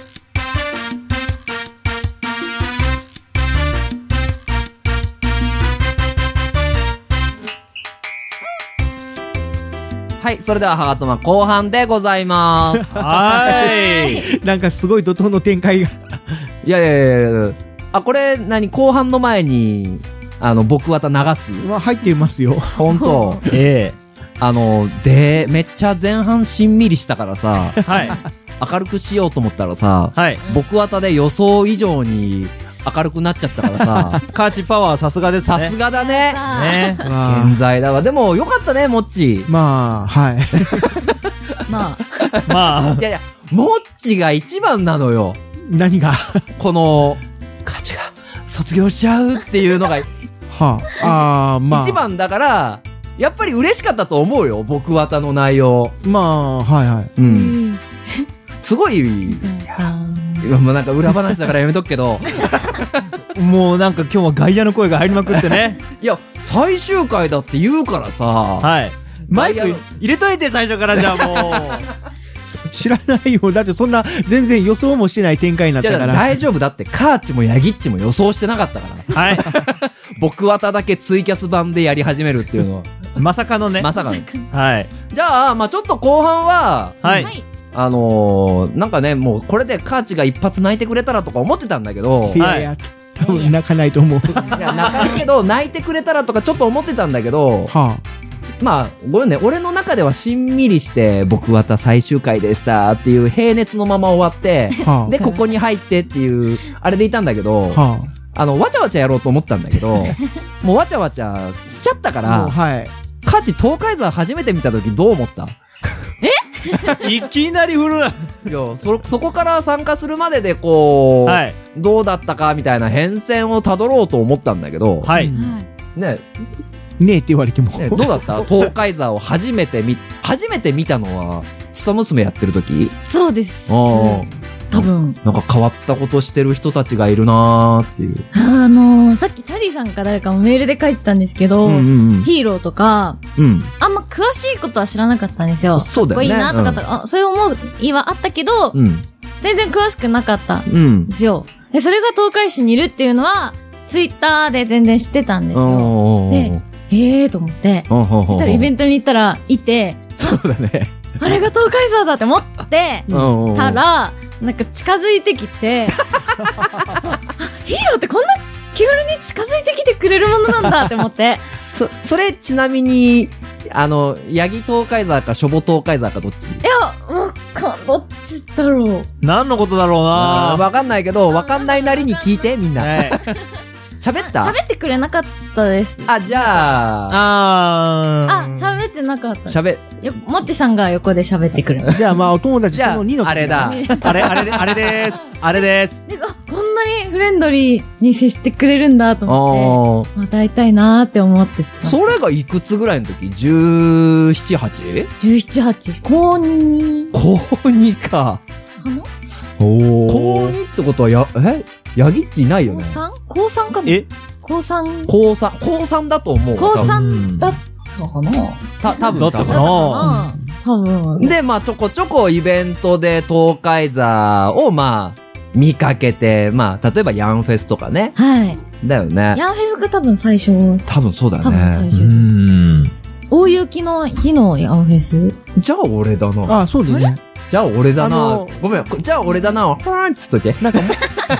S4: はい、それでは、ハガトマ後半でございます。
S2: はい。
S3: なんかすごい怒涛の展開が。
S4: いやいやいやいやあ、これ、何後半の前に、あの、僕はた流す。
S3: まあ入ってますよ。
S4: ほんと。
S2: え
S4: あの、で、めっちゃ前半しんみりしたからさ
S2: え、はい。
S4: 明るくしようと思ったらさ、
S2: はい。
S4: 僕はたで予想以上に明るくなっちゃったか らさ。
S2: カーチパワーさすがですね。
S4: さすがだね。
S2: ね。
S4: 健在だわ。でも、よかったね、もっち。
S3: まあ、はい。
S8: まあ。
S2: まあ
S4: い。やいや、もっちが一番なのよ。
S3: 何が
S4: この、価値が卒業しちゃうっていうのが、
S3: はあ、あー まあ。
S4: 一番だから、やっぱり嬉しかったと思うよ、僕はたの内容。
S3: まあ、はいはい。
S4: うん。すごい、もうなんか裏話だからやめとく けど、
S2: もうなんか今日は外野の声が入りまくってね。
S4: いや、最終回だって言うからさ、
S2: はい。マイク
S4: 外野の
S2: 入れといて最初からじゃあもう。
S3: 知らないよ。だってそんな、全然予想もしてない展開になっ
S4: じゃ
S3: た
S4: あ
S3: から。
S4: 大丈夫だって、カーチもヤギッチも予想してなかったから。
S2: はい。
S4: 僕はただけツイキャス版でやり始めるっていうの は、
S2: まさかのね。
S4: まさかの。
S2: はい。
S4: じゃあ、まあちょっと後半は、
S2: はい。
S4: あのー、なんかね、もうこれでカーチが一発泣いてくれたらとか思ってたんだけど
S3: い、やいや、多分泣かないと思う。
S4: いや泣かんけど、泣いてくれたらとかちょっと思ってたんだけど、
S3: は
S4: まあ、ごめんね、俺の中ではしんみりして、僕はた最終回でしたっていう平熱のまま終わ って、
S3: あ、はあ。
S4: で、ここに入ってっていう、あれでいたんだけど、
S3: は
S4: あの、わちゃわちゃやろうと思ったんだけど、もうわちゃわちゃしちゃったか
S3: あ。もう、
S4: ら、
S3: はい。
S4: カチ東海山初めて見た時どう思った
S2: いきなり振るな。
S4: いや、そ、そこから参加するまででこう、
S2: はい。
S4: どうだったかみたいな変遷をたどろうと思ったんだけど、
S2: は
S3: う
S2: い。
S3: ん
S4: ね、
S3: ねえって言われても。
S4: ねどうだった東海山を初めて見、初めて見たのは、ちさ娘やってる時
S8: そうです。
S4: あ
S8: 多分。
S4: あ、なんか変わったことしてる人たちがいるなーっていう。
S8: あのー、さっきタリーさんか誰かもメールで書いてたんですけど、
S4: うんうん
S8: ヒーローとか、
S4: うん。うん。
S8: あんま詳しいことは知らなかったんですよ。
S4: そうだよね
S8: これいいなとかとか、あそういう思いはあったけど、
S4: うん。
S8: 全然詳しくなかったんで
S4: うん。
S8: すよ。で、それが東海市にいるっていうのは、ツイッターで全然知ってたんですよ。でええーと思って。そ
S4: 一
S8: したらイベ
S4: ン
S8: ントに行ったら、いて、
S4: ト。 そうだね。
S8: あれが東海沢だって思って、
S4: うん
S8: た、ら、なんか近づいてき て、あヒーローってこんな気軽に近づいてきてくれるものなんだって思って。
S4: そ、それちなみに、あの、ヤギ東海山か、ショボ東海山かどっち
S8: いや、もう、かどっちだろう。
S2: 何のことだろう
S4: あー
S2: な。
S4: わかんないけど、わかんないなりに聞いて、みんな。
S2: はい。
S4: 喋った
S8: 喋ってくれなかったです。あ、
S4: あ、じゃあ、
S2: あ
S8: あ
S2: ー。
S8: 喋ってなかった。
S4: 喋、
S8: よ、もっちさんが横で喋ってくれた。
S3: じゃあまあ、お友達
S4: じ
S3: そ
S4: ゃ
S3: の2の
S4: あ、あれだ。。
S2: あれ、あれで、あれです。あれです。
S8: であこんなにフレンドリーに接してくれるんだと思っ
S4: ああ。
S8: て、また会いたいなーって思ってた。
S4: それがいくつぐらいの時 ?17、8?
S8: 17、8、高2
S4: 高2か。
S8: かな
S4: 高2ってことはや、えヤギッチいないよ
S8: 高
S4: ね。
S8: 3? 高3かも。
S2: え
S8: 高 3?
S4: 高3、高3だと思う。
S8: 高
S4: 多分
S8: 3だったかな
S4: た、多分
S2: だったか
S4: 多
S2: な
S8: 多分。
S4: 分で、まあ、ちょこちょこイベントで東海座を、まあ、見かけて、まあ、例えばヤンフェスとかね。
S8: はい。
S4: だよね。
S8: ヤンフェスが多分最初。
S4: 多分そうだ
S8: 多分最
S4: ね。
S8: 初。
S2: ん。
S8: 大雪の日のヤンフェス
S4: じゃあ俺だな。
S3: ああ、そうだよね。
S4: じゃあ俺だ
S3: あ
S4: な
S3: の。
S4: ごめん。こじゃあ俺だな。ほーんっつっといて。
S3: なんか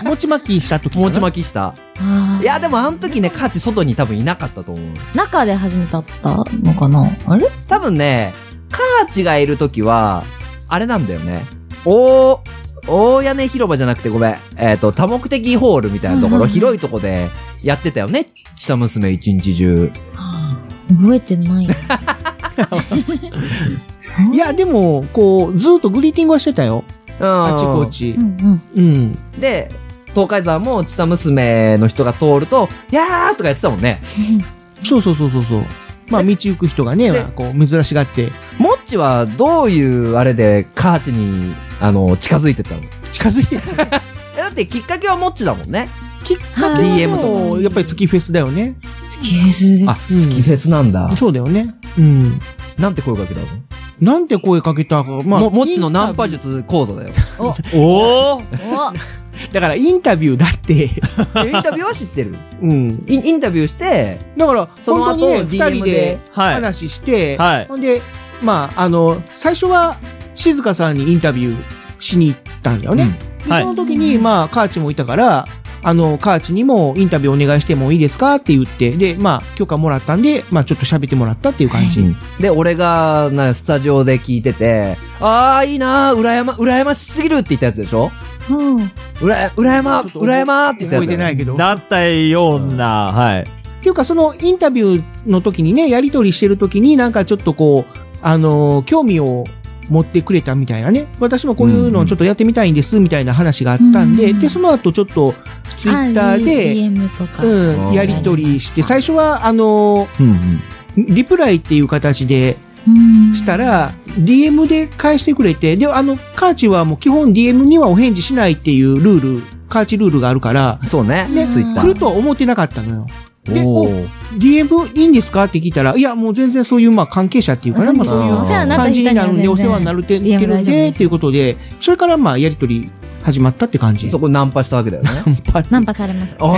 S3: も、もちまきした時かな
S4: もち巻きした。
S8: あ
S4: いや、でもあの時ね、カーチ外に多分いなかったと思う。
S8: あ。中で初めて会ったのかなあれ
S4: 多分ね、カーチがいる時は、あれなんだよね。お大屋根広場じゃなくてごめん。えっ、と、多目的ホールみたいなとこ
S8: うんうんう
S4: ろ、
S8: ん
S4: 広いとこでやってたよね。ちちさ娘一日中。
S8: 覚えて ない。
S3: いや、でも、こう、ずっとグリーティングはしてたよ。あ
S4: あ
S3: ちこ。ち
S8: うん。うん。
S3: うん。
S4: で、東海山もちさ娘の人が通ると、やーとかやってたもんね。
S3: そうそうそうそうそう。まあ、道行く人がね
S4: で、
S3: こう、珍しがって、
S4: もっちはどういうあれでカーチに、あの、近づいてったの
S3: 近づいてき
S4: えだってきっかけはもっちだもんね。
S3: っかけはで
S4: DM
S3: も、やっぱり月フェスだよね。
S8: スキーズで
S4: あ、
S8: す。
S4: 月フェスなんだ。
S3: そうだよね。うん。
S4: なんて声かけたの
S3: なんて声かけたか。まあ、
S4: も、もっちのナンパ
S3: イタビュ
S4: 術講座だよ。
S2: おお。
S3: ーだから、インタビューだって。
S4: でインタビューは知ってる。
S3: うん。
S4: インインタビューして、
S3: だから、
S4: その
S3: 本
S4: 後
S3: 当にね、
S4: DM
S3: 二人で
S2: はい
S3: 話して、
S2: はい
S3: ほんで、まあ、あの、最初は、静香さんにインタビューしに行ったんだよね。で、
S2: はい
S3: その時に、まあ、カーチもいたから、あの、カーチにもインタビューお願いしてもいいですかって言って、で、まあ、許可もらったんで、まあ、ちょっと喋ってもらったっていう感じ。
S4: で、俺が、な、スタジオで聞いてて、あー、いいなー、羨ま、羨ましすぎるって言ったやつでしょ
S8: う
S4: うらや、うらやま、うらやまって言ったやつ
S3: 覚えてないけど。
S2: だったような、はい。
S3: っていうか、そのインタビューの時にね、やりとりしてる時になんかちょっとこう、あのー興味を持ってくれたみたいなね。私もこういうのをちょっとやってみたいんです、みたいな話があったんで、で、その後ちょっと、ツイッターで、
S8: DM とか。
S3: うん、やりとりして、最初は、あのーリプライっていう形で、したら、DM で返してくれて、で、あの、カーチはもう基本 DM にはお返事しないっていうルール、カーチルールがあるから、
S4: そうね、
S3: ね、
S4: ツイッタ
S3: 来る
S4: ー。
S3: とは思ってなかったのよ。で、
S4: お
S3: お
S4: ー
S3: DM いいんですかって聞いたら、いや、もう全然そういう、まあ、関係者っていうかな、まあ、そういう
S8: お世話になった
S3: 感じ
S8: 人
S3: に
S8: には
S3: なるんで、お世話にな
S8: る。
S3: るてって
S8: DM
S3: るん
S8: 大丈夫
S3: で、
S8: です
S3: っていうことで、それから、まあ、やりとり始まったって感じ。
S4: そこナンパしたわけだよね。
S8: ナンパされました。
S4: お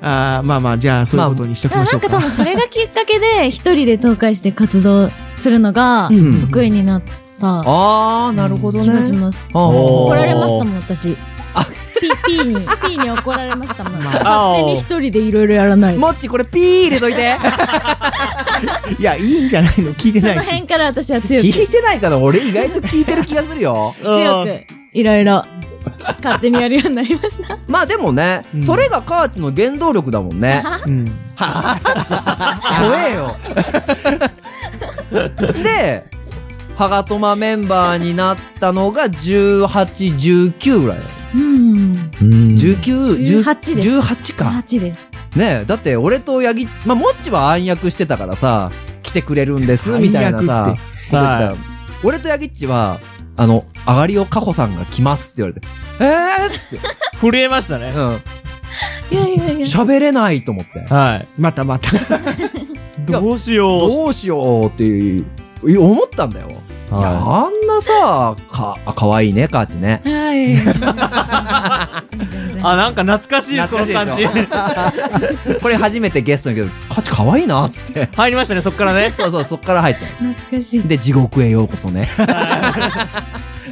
S3: あーまあまあ、じゃあ、そういうことにしておき
S8: でも
S3: まし
S8: な
S3: ょ
S8: ん
S3: うか。
S8: か多分それがきっかけで、一人で東海して活動するのが
S3: うん、
S8: 得意になった
S4: あー、なるほどね
S8: 気。がします。
S2: お
S8: 怒られましたもん、私。ピーピーに、ピーに怒られましたもん。勝手に一人でいろいろやらない。こ
S4: もっち、これピー入れといて。
S3: いや、いいんじゃないの聞いてな
S8: の
S3: いし。
S8: 辺から私は強く、
S4: 聞いてないから俺意外と聞いてる気がするよ。
S8: 強く、いろいろ、勝手にやるようになりました。
S4: まあでもね、
S3: ん
S4: それがカーチの原動力だもんね。
S3: うん。
S4: 怖えよ。で、ハガトマメンバーになったのが18、19ぐらいだよ。
S8: うん。
S4: 19、10
S8: 18です
S4: 18か。
S8: 18です。
S4: ねえ、だって俺とヤギ、まあ、もっちは暗躍してたからさ、来てくれるんです、みたいな
S3: 暗
S4: さ
S3: 躍っ、
S4: こと言ってた俺とヤギッチは、あの、上がりをカホさんが来ますって言われて、えーっつって、
S2: 震えましたね。
S4: う
S8: いやいやい
S4: ん。
S8: や。
S4: 喋れないと思って。
S2: はい。
S3: またまた。
S2: どうしよう。
S4: どうしようっていう、い思ったんだよ。いや、
S2: は
S4: あんなさ、か、あ可愛いね、カーチね。
S8: はい。
S2: いあ、なんか懐かしいです、この
S4: 懐か
S2: 感
S4: しい
S2: じ
S4: で。しょこれ初めてゲストに来たけど、カーチ可愛いな、っ つって。
S2: 入りましたね、そっからね。
S4: そうそう、そっから入って。
S8: 懐かしい。
S4: で、地獄へようこ そね。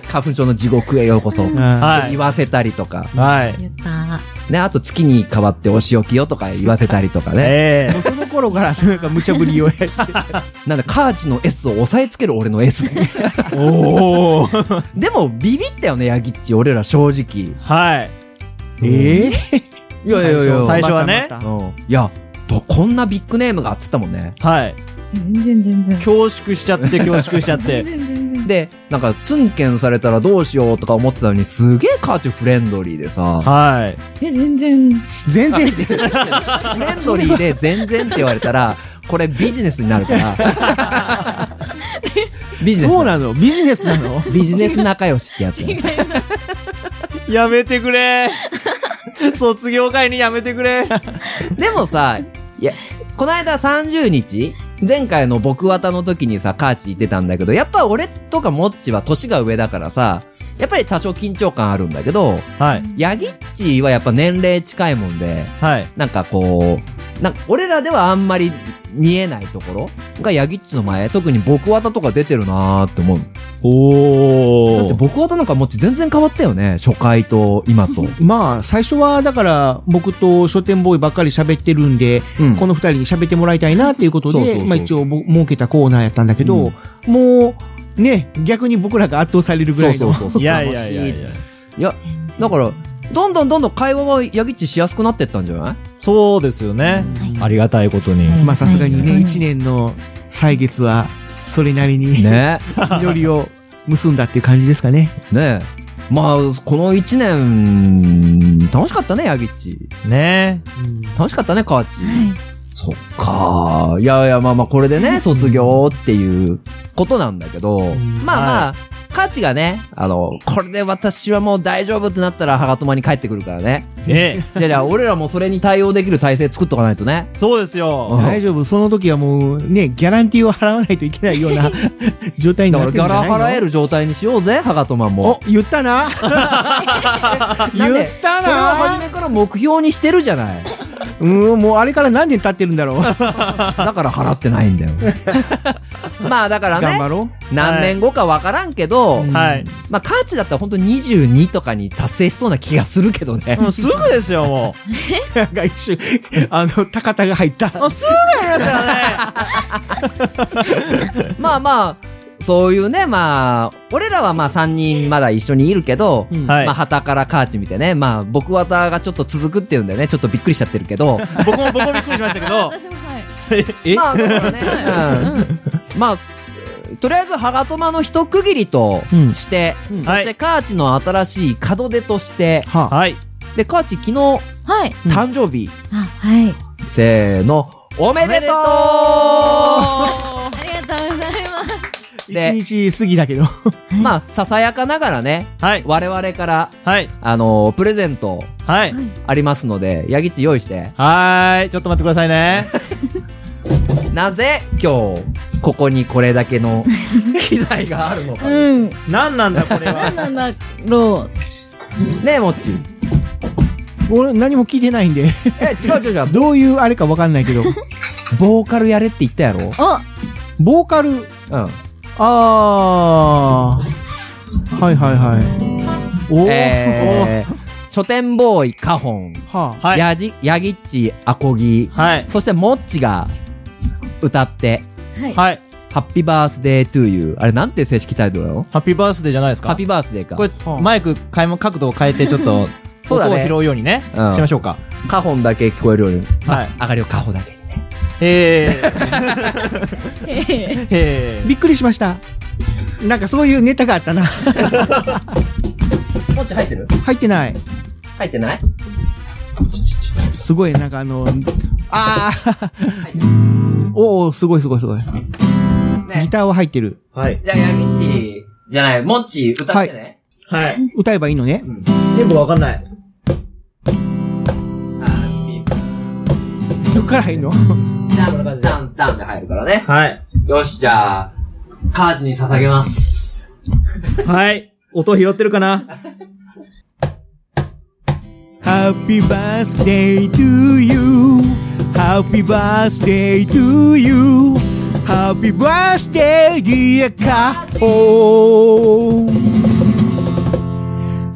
S4: 花粉症の地獄へようこそ。
S2: は
S4: 言わせたりとか。
S2: い。はい。
S8: 言った。
S4: ね、あと月に変わってお仕置きよとか言わせたりとかね。
S2: え
S3: その頃から、なんか無茶ぶりをや って。
S4: なんで、カーチの S を押さえつける俺の S ね。
S2: えおお。
S4: でも、ビビったよね、ヤギッチ。俺ら正直。
S2: はい。
S3: ええ
S4: いやいやいや。
S2: 最初はね
S3: またま
S4: うん。いや、とこんなビッグネームがっつったもんね。
S2: はい。
S8: 全然全然。
S2: 恐縮しちゃって、恐縮しちゃって
S8: 全。然 全然。
S4: で、なんか、ツンケンされたらどうしようとか思ってたのに、すげえカーチフレンドリーでさ、
S2: はい。
S8: え、全然。
S3: た全然、
S4: フレンドリーで全然って言われたら、これビジネスになるから。 ビジネス。
S3: そうなのビジネスな の
S4: ビジネス仲良しってやつだよ。
S2: やめてくれ。 卒業会にやめてくれ。
S4: でもさ、いや、この間30日前回の僕綿の時にさ、カーチ言ってたんだけど、やっぱ俺とかモッチは年が上だからさ、やっぱり多少緊張感あるんだけど、
S2: はい。
S4: ヤギッチはやっぱ年齢近いもんで、
S2: はい。
S4: なんかこう、なんか俺らではあんまり見えないところがヤギッチの前、特に僕綿とか出てるなーって思う。だっ
S2: お
S4: て
S2: ー。
S4: 僕綿なんかもっち全然変わったよね。初回と今と。
S3: まあ、最初は、だから、僕と書店ボーイばっかり喋ってるんで、
S4: うん
S3: この二人に喋ってもらいたいなっていうこと
S4: そうそうそ
S3: で、
S4: う
S3: まあ一応ぼ、設けたコーナーやったんだけど、もう、ね、逆に僕らが圧倒されるぐ
S4: そ
S3: ら
S4: う
S3: い
S4: そう
S3: の。
S4: そうそう。
S2: いやいやいや
S4: 楽
S2: い
S4: し
S2: や。
S4: いや、だから、どんどんどんどん会話はヤギッチしやすくなってったんじゃない
S2: そうですよね。ありがたいことに。
S3: まあ、さすがに
S8: は
S3: ね、
S8: い
S3: 一年の歳月は、それなりに、
S4: ね
S3: 実りを結んだっていう感じですかね。
S4: え。ねえ。まあ、この一年、楽しかったね、ヤギッチ。
S2: ね
S4: 楽しかったね、カーチ。そっかー。いやいや、まあまあ、これでね、卒業っていうことなんだけど、まあまあ、カーチがね、あの、これで私はもう大丈夫ってなったら、ハガトマに帰ってくるからね。
S2: え。ね
S4: じゃ あじゃあ、俺らもそれに対応できる体制作っとかないとね。
S2: え。そうですよ。
S3: 大丈夫。その時はもう、ね、ギャランティーを払わないといけないよう な状態に
S4: だ
S3: な
S4: か
S3: っ
S4: ら、
S3: て
S4: ギ
S3: るんじゃ
S4: ャラ
S3: ないの
S4: 払える状態にしようぜ、ハガトマも。
S3: お、言ったな
S4: なんで
S3: 言った
S4: それは初
S3: な
S4: めから目標にしてるじゃ ない。
S3: うん、もうあれから何年経ってるんだろう。
S4: だから払ってないんだよ。 まあだから
S3: 頑張
S4: ね、
S3: ろ
S4: 何年後かわからんけど、
S3: うん
S2: はい。
S4: まあカーチだったら本当22とかに達成しそうな気がするけどね。
S2: もうすぐですよ、も
S3: う。 なんか一瞬、あの、高田が入った。
S2: う。もうすぐやりますからね。
S4: まあまあ、そういうね、まあ、俺らはまあ3人まだ一緒にいるけど、
S2: はい
S4: まあ、旗からカーチ見てね、まあ、僕はたがちょっと続くっていうんだよね、ちょっとびっくりしちゃってるけ ど、
S2: 僕も、僕もびっくりしましたけど。
S8: 私もはい。
S2: え
S4: まあ、だからね、 うんまあ、とりあえず、ハガトマの一区切りとして、
S2: ん
S4: そして、カーチの新しい門出として、
S2: はい。
S4: で、カーチ、昨日、
S8: はい。
S4: 誕生日、
S8: あ、はい。
S4: せーの、おめでとう
S8: ありがとうございます。
S4: で
S3: 一日過ぎだけど。
S4: まあ、ささやかながらね、
S2: はい。
S4: 我々から、
S2: はい。
S4: あのープレゼント
S2: はい。
S4: ありますので、ヤギッチ用意して、
S2: はーい。ちょっと待ってくださいね。
S4: なぜ今日、ここにこれだけの機材があるのか。ね
S8: うん。
S2: 何なんだ、これは。
S8: 何なんだろう。
S4: え、もっち。
S3: 俺何も聞いてないん で、
S4: え、違う違う違う。
S3: どういうあれかわかんないけど、
S4: ボーカルやれって言ったやろ
S8: お
S3: ボーカル、
S4: うん。
S3: あー、はいはいはい。おー、
S4: えー、書店ボーイ、カホン、
S3: は あ、
S2: はい
S4: ヤジ、ヤギッチ、アコギ、
S2: はい。
S4: そしてもっちが歌って、
S2: はい。
S4: ハッピーバースデートゥーユー。あれなんて正式タイトルなの
S2: ハッピーバースデーじゃないです
S4: ハッ
S2: か
S4: ピ。ーバースデーか。
S2: これ、マイク変えも、角度を変えて、ちょっ と、
S4: そうだ
S2: 音
S4: ね
S2: を拾うようにね、
S4: うん
S2: しましょうか。
S4: カホンだけ聞こえるように。
S2: はい。
S4: 上がりをカホだけ。
S2: えー、
S8: え
S2: え
S3: びっくりしました。なんかそういうネタがあったな。
S4: もっち入ってる
S3: 入ってない。
S4: 入ってない
S3: すごい、なんかあの、あー、おー、すごいすごいすごい。ギターは入ってる。
S2: ー。はい。
S4: じゃあ、ヤギッチじゃない、モッチ歌ってね。
S2: はい。
S3: 歌えばいいのね。
S2: テンポわかんない。
S3: どっから入るの
S4: ダン、ダン、ダンで入るからね。
S2: はい。
S4: よし、じゃあ、カージに捧げます。
S2: はい。音拾ってるか な
S3: Happy birthday to you Happy birthday to you Happy birthday dear Kao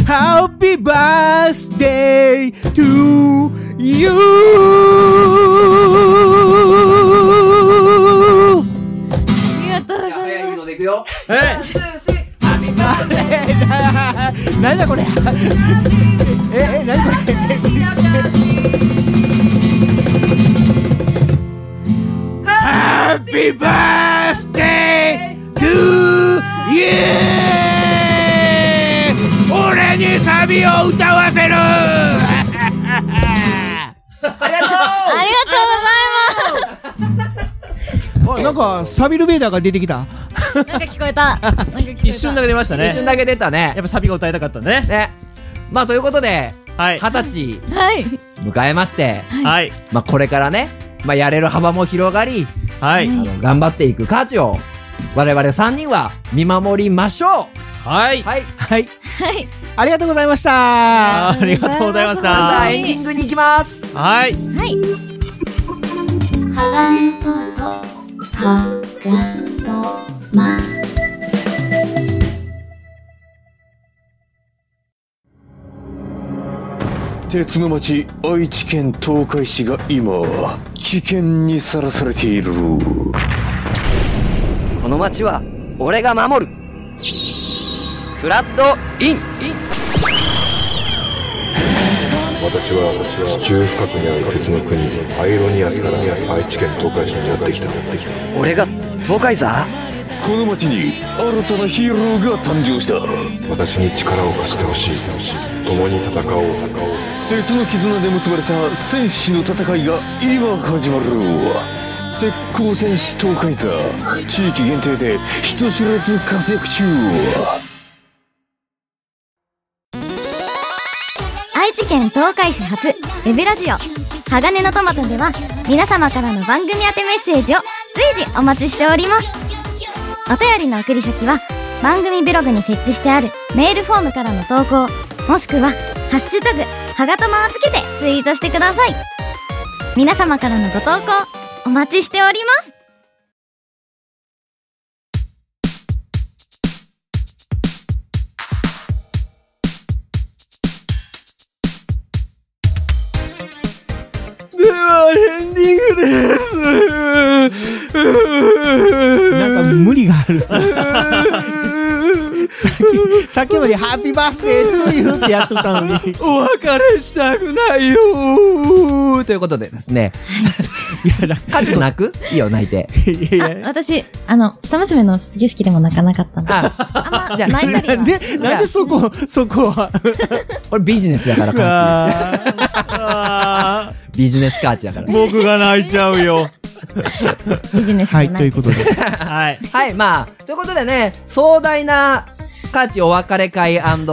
S3: Happy birthday to you
S8: ありがとうござ
S4: じゃあ、
S8: いま
S4: 早い
S8: す。
S4: のでいくよ。
S2: え
S3: なんだこれ え、え、なにこれ Happy birthday to you 俺にサビを歌わせる
S8: あり
S3: なんかサビルベーダーが出てきた
S8: がとうございます。なんか聞こえた。なんか聞こえた。
S2: 一瞬だけ出ましたね。
S4: 一瞬だけ出たね
S2: やっ。ぱサビが歌いたかったね。
S4: ね。まあ、ということで、
S2: はい。
S4: 二十
S8: はい。
S4: 歳迎えまして、
S2: はい。
S4: まあ、これからね、まあ、やれる幅も広がり、
S2: はい。
S4: あの、頑張っていくカーチを、我々三人は見守りましょ
S2: はい。
S4: うはい。
S3: はい
S8: はい。
S3: ありがとうございました
S2: ありがとうございまし
S4: じゃ
S2: た。
S4: あ、エンディングに行きます
S2: はい。
S8: はい。
S10: 鉄の町愛知県東海市が今危険にさらされている
S12: この街は俺が守るフラッドイン
S13: 私は地中深くにある鉄の国アイロニアスから愛知県東海市にやってきた
S12: 俺が東海座
S10: この町に新たなヒーローが誕生した
S13: 私に力を貸してほしい共に戦おう戦おう
S10: 鉄の絆で結ばれた戦士の戦いが今始まる鉄鋼戦士東海座地域限定で人知れず活躍中
S6: 愛知県東海市発ウェブラジオ「鋼のトマト」では皆様からの番組宛てメッセージを随時お待ちしておりますお便りの送り先は番組ブログに設置してあるメールフォームからの投稿もしくは「ハッシュタグはがとま」をつけてツイートしてください皆様からのご投稿お待ちしております
S2: うわ
S14: エンディングです
S3: なんか無理が ある。さっき、さっきまでハッピーバースデートゥーユーってやっとったのに。
S4: お別れしたくないよーということでですね。カジコ泣くいいよ、泣いて。
S8: あ私、あの、下娘の卒業式でも泣かなかったの。あ、まあ、泣いたりは。
S3: で、なんでそこ、そこは。
S4: 俺ビジネスだから、カーチ。ビジネスカーチだから。
S2: 僕が泣いちゃうよ。
S8: ビジネス
S4: じゃないはいという
S3: ことで。
S2: はい。
S4: はい、まあ、ということでね、壮大な、カーチお別れ会誕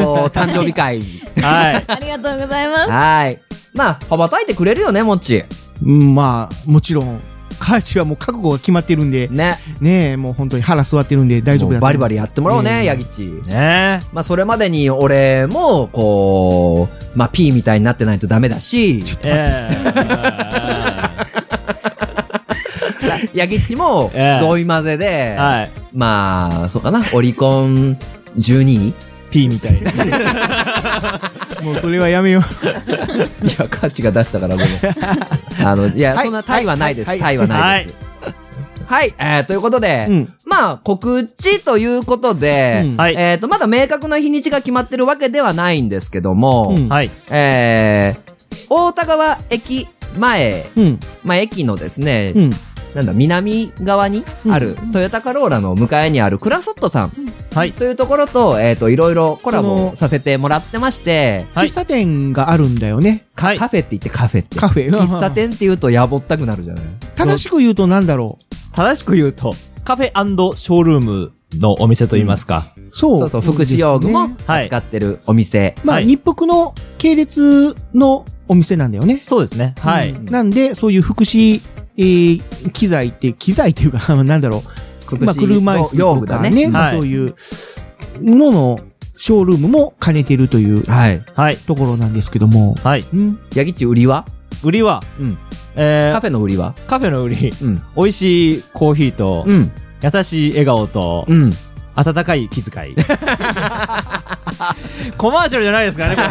S4: 生日会。
S2: はい。
S8: ありがとうございます。
S4: はい。まあ、羽ばたいてくれるよね、もっち。
S3: うん、まあ、もちろん、カーチはもう覚悟が決まってるんで。
S4: ね。
S3: ねえ、もう本当に腹座ってるんで大丈夫だと思います
S4: バリバリやってもらおうね、
S3: ええ
S4: ヤギチ。
S2: ね
S4: まあ、それまでに俺も、こう、まあ、P みたいになってないとダメだし、ちょっとヤギチも、
S14: ええ
S4: どい混ぜで、
S14: はい
S4: まあ、そうかな、オリコン12位
S2: ?P みたいな。
S3: もうそれはやめよう。
S4: いや、カーチが出したからもう。あの、いや、
S14: はい
S4: そんなタイはないです。
S14: はい
S4: タイはないです。はい、えー、ということ で、まあ、告知ということで、
S14: うんはい
S4: えっ、と、まだ明確な日にちが決まってるわけではないんですけども、
S14: うん
S2: はい、
S4: えー、大田川駅前、
S3: うん
S4: まあ、駅のですね、
S3: うん
S4: なんだ、南側にある、トヨタカローラの向かいにあるクラソットさん、
S2: はい、
S4: というところと、えっ、と、いろいろコラ
S3: そ
S4: ボ
S3: の
S4: させてもらってまして、
S3: 喫茶店があるんだよね。
S4: カフェって言ってカフェって。
S3: カ フェ
S4: 喫茶店って言うとやぼったくなるじゃない
S3: 正しく言うとなんだろ
S2: 正しく言うと、カフェショールームのお店といいますか。
S3: う。そう。
S4: そうそう、福祉用具も扱ってるお店。
S3: まあ、日北の系列のお店なんだよね。
S2: そうですね。はい
S3: なんで、そういう福祉、えー機材って、機材っていうか、 なんだろ
S4: 福
S3: う。
S4: 祉
S3: まあ、車椅子
S4: 用
S3: と
S4: 具
S3: か
S4: だ
S3: ね。
S4: ね
S3: ま
S4: は
S3: あ、
S4: い
S3: そういうののショールームも兼ねてるという、
S4: はい。
S3: ところなんですけども。
S2: はい。
S3: うん。
S4: ヤギッチ売りは
S2: 売りは、
S4: うん
S2: えー
S4: カフェの売りは
S2: カフェの売り、
S4: うん
S2: 美味しいコーヒーと、
S4: うん
S2: 優しい笑顔と、
S4: うん
S2: 温かい気遣い。コマーシャルじゃないですかね、これ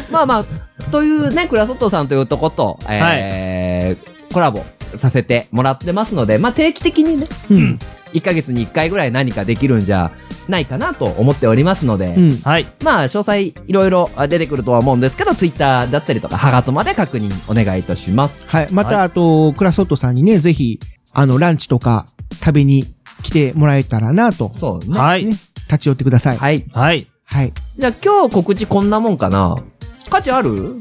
S2: ね。
S4: まあまあ、というね、クラソットさんというとこと、えーコラボさせてもらってますので、まあ定期的にね、
S3: うん。
S4: 1ヶ月に1回ぐらい何かできるんじゃないかなと思っておりますので、
S3: うん
S2: はい。
S4: まあ、詳細いろいろ出てくるとは思うんですけど、ツイッターだったりとか、ハガトまで確認お願いいたします。
S3: はい。また、あと、クラソットさんにね、ぜひ、あの、ランチとか食べに来てもらえたらなと。
S4: そう。
S3: ね。
S2: はい。
S3: 立ち寄ってください。はい
S2: はい。
S3: はい。
S4: じゃあ今日告知こんなもんかな価値ある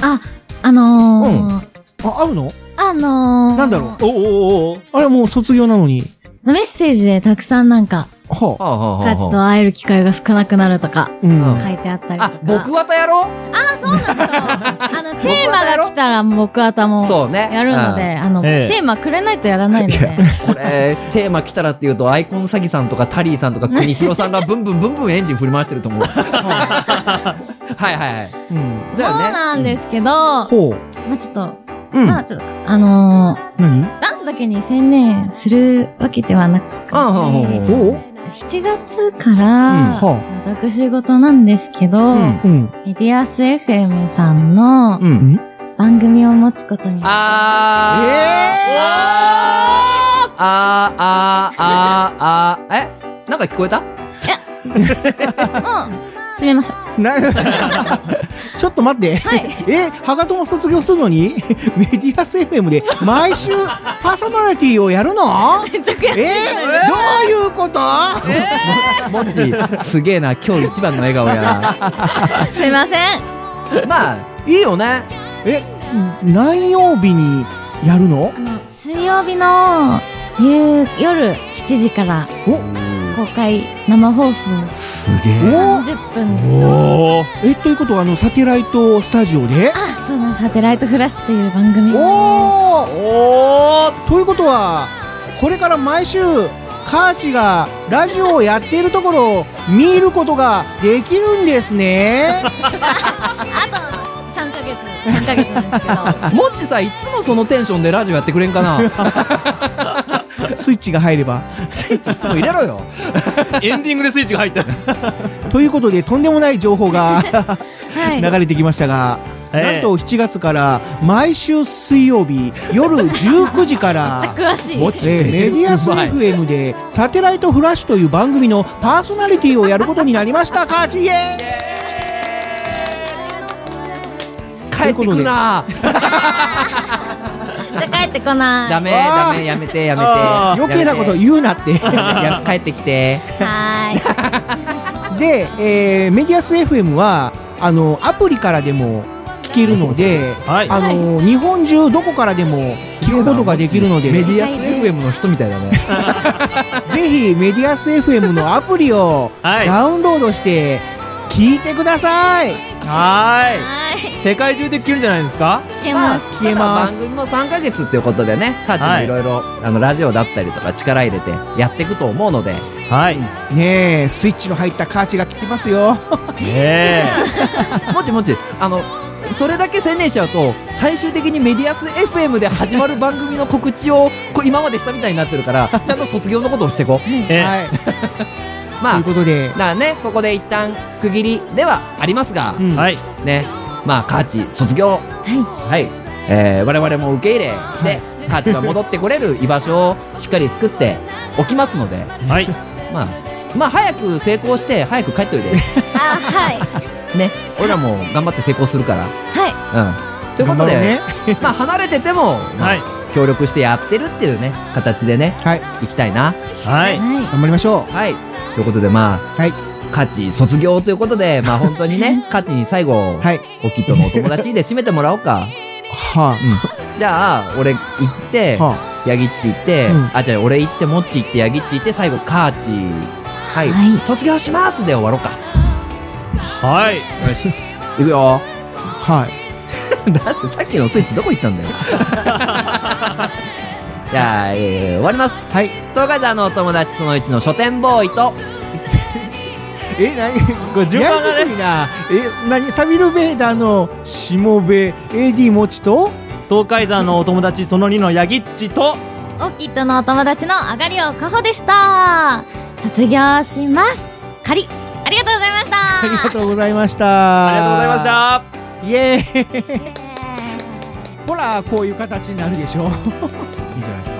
S8: あ、あのー、
S3: あ、合うの
S8: あのー、
S3: なんだろ
S2: う。おおお
S3: あれもう卒業なのに。
S8: メッセージでたくさんなんか、
S3: は
S4: あ、はあ
S8: 価値と会える機会が少なくなるとか、
S3: うん
S8: 書いてあったりとか。
S4: 僕はたやろう
S8: あ、そうなんですよ。あの、テーマが来たら僕はたも、
S4: そうね
S8: やるので、
S4: うん
S8: あの、
S4: ええ
S8: テーマくれないとやらないので、
S4: これ、テーマ来たらっていうと、アイコン詐欺さんとかタリーさんとか国広さんがブンブンブンブンエンジン振り回してると思う。はいはいはい。
S3: うん。
S4: だ
S8: そう
S4: よね。
S8: なんですけど、
S3: ほう。
S8: まあちょっと、
S4: うん
S8: まあちょっと、あのー
S3: 何
S8: ダンスだけに専念するわけではなくて、
S3: ほう
S8: 7月から、
S3: うんは
S8: 私事なんですけど、
S3: うん。
S8: メディアス FM さんの
S4: うん。
S8: 番組を持つことに。
S4: あー、あー、あー、あー、あー、えなんか聞こえた
S8: 閉めましょ
S3: な、ちょっと待って。え、ハガトも卒業するのに メディアス FM で毎週パーソナリティをやるの
S8: めっちゃ悔しい
S3: えどういうこと
S4: もっち、すげえな、今日一番の笑顔やな。
S8: う。すいません。
S4: まあ、いいよね。
S3: え、何曜日にやるの
S8: 水曜日の夕夜7時から公開生放送
S4: す
S3: げえ
S8: 30分です
S2: おお
S3: え、ということはあの、サテライトスタジオで
S8: あそうなんサテライトフラッシュという番組お
S3: おーということは、これから毎週、カーチがラジオをやっているところを見ることができるんですね。
S8: 3ヶ月3ヶ月
S4: もっちさ、いつもそのテンションでラジオやってくれんかな
S3: スイッチが入れば。
S4: スイッチいつも入れろよ。
S2: エンディングでスイッチが入った。
S3: ということで、とんでもない情報が流れてきましたが、なんと7月から毎週水曜日夜19時から
S8: めっちゃ詳しい
S3: えーメディアス FM でサテライトフラッシュという番組のパーソナリティをやることになりましたカーチイエー帰ってくるな
S8: じゃあ帰ってこない。
S4: ダメダメやめてやめて
S3: あー余計なこと言うなって
S4: や帰ってきて
S3: で、えーメディアス FM はあのアプリからでも聞けるので、あの日本中どこからでも聞くことができるので
S15: メディアス FM の人みたいだ ね。
S3: ぜひメディアス FM のアプリをダウンロードして聞いてください
S2: はーい世界中で聞けるんじゃないですか
S8: 聞けます
S3: 消えます
S4: 番組も3ヶ月っていうことでねカーチもいろいろあのラジオだったりとか力入れてやっていくと思うので
S2: はい
S3: ねえスイッチの入ったカーチが聞きますよ
S2: ね
S4: え もちもちあのそれだけ専念しちゃうと最終的にメディアス FM で始まる番組の告知をこう今までしたみたいになって るからちゃんと卒業のことをしていこう
S3: はい
S4: まあ
S3: ということで
S4: だからねここで一旦区切りではありますが、
S2: はい
S4: ねまあカーチ卒業はい、えー我々も受け入れで、カーチが戻ってこれる居場所をしっかり作っておきますので、
S2: はい、
S4: まあまあ早く成功して早く帰っておいで
S1: あはい
S4: ね俺らも頑張って成功するから
S1: はい
S4: うんということで、
S1: 頑
S4: まあ離れてても、まあ協力してやってるっていうね形でね、
S3: はい、
S4: いきたいな
S2: はい
S3: 頑張りましょ
S4: うはいということでまあ
S3: はい
S4: 価値卒業ということでまあ本当に ね価値に最後、
S3: はい、
S4: おきっとのお友達で締めてもらおうか
S3: は
S4: じゃあ俺行って、ヤギッチ行って、あじゃあ俺行ってモッチ行ってヤギッチ行って最後カーチはい、卒業しますで終わろうか
S2: はい
S4: 行くよ
S3: はい
S4: だってさっきのスイッチどこ行った んだよじゃあ、えー終わります
S3: はい
S4: 東海山のお友達その1の書店ボーイと
S3: え何
S2: これ順番がね
S3: やりにくいなえ何サビルベーダーのしもべ AD もちと
S2: 東海山のお友達その2のヤギッチと
S1: オキッドのお友達のあがりおかほでした卒業します仮ありがとうございました
S3: ありがとうございました。ありがとうございま
S2: した。
S3: イエーイ。ほら、こういう形になるでしょ。
S15: いいじゃないですか。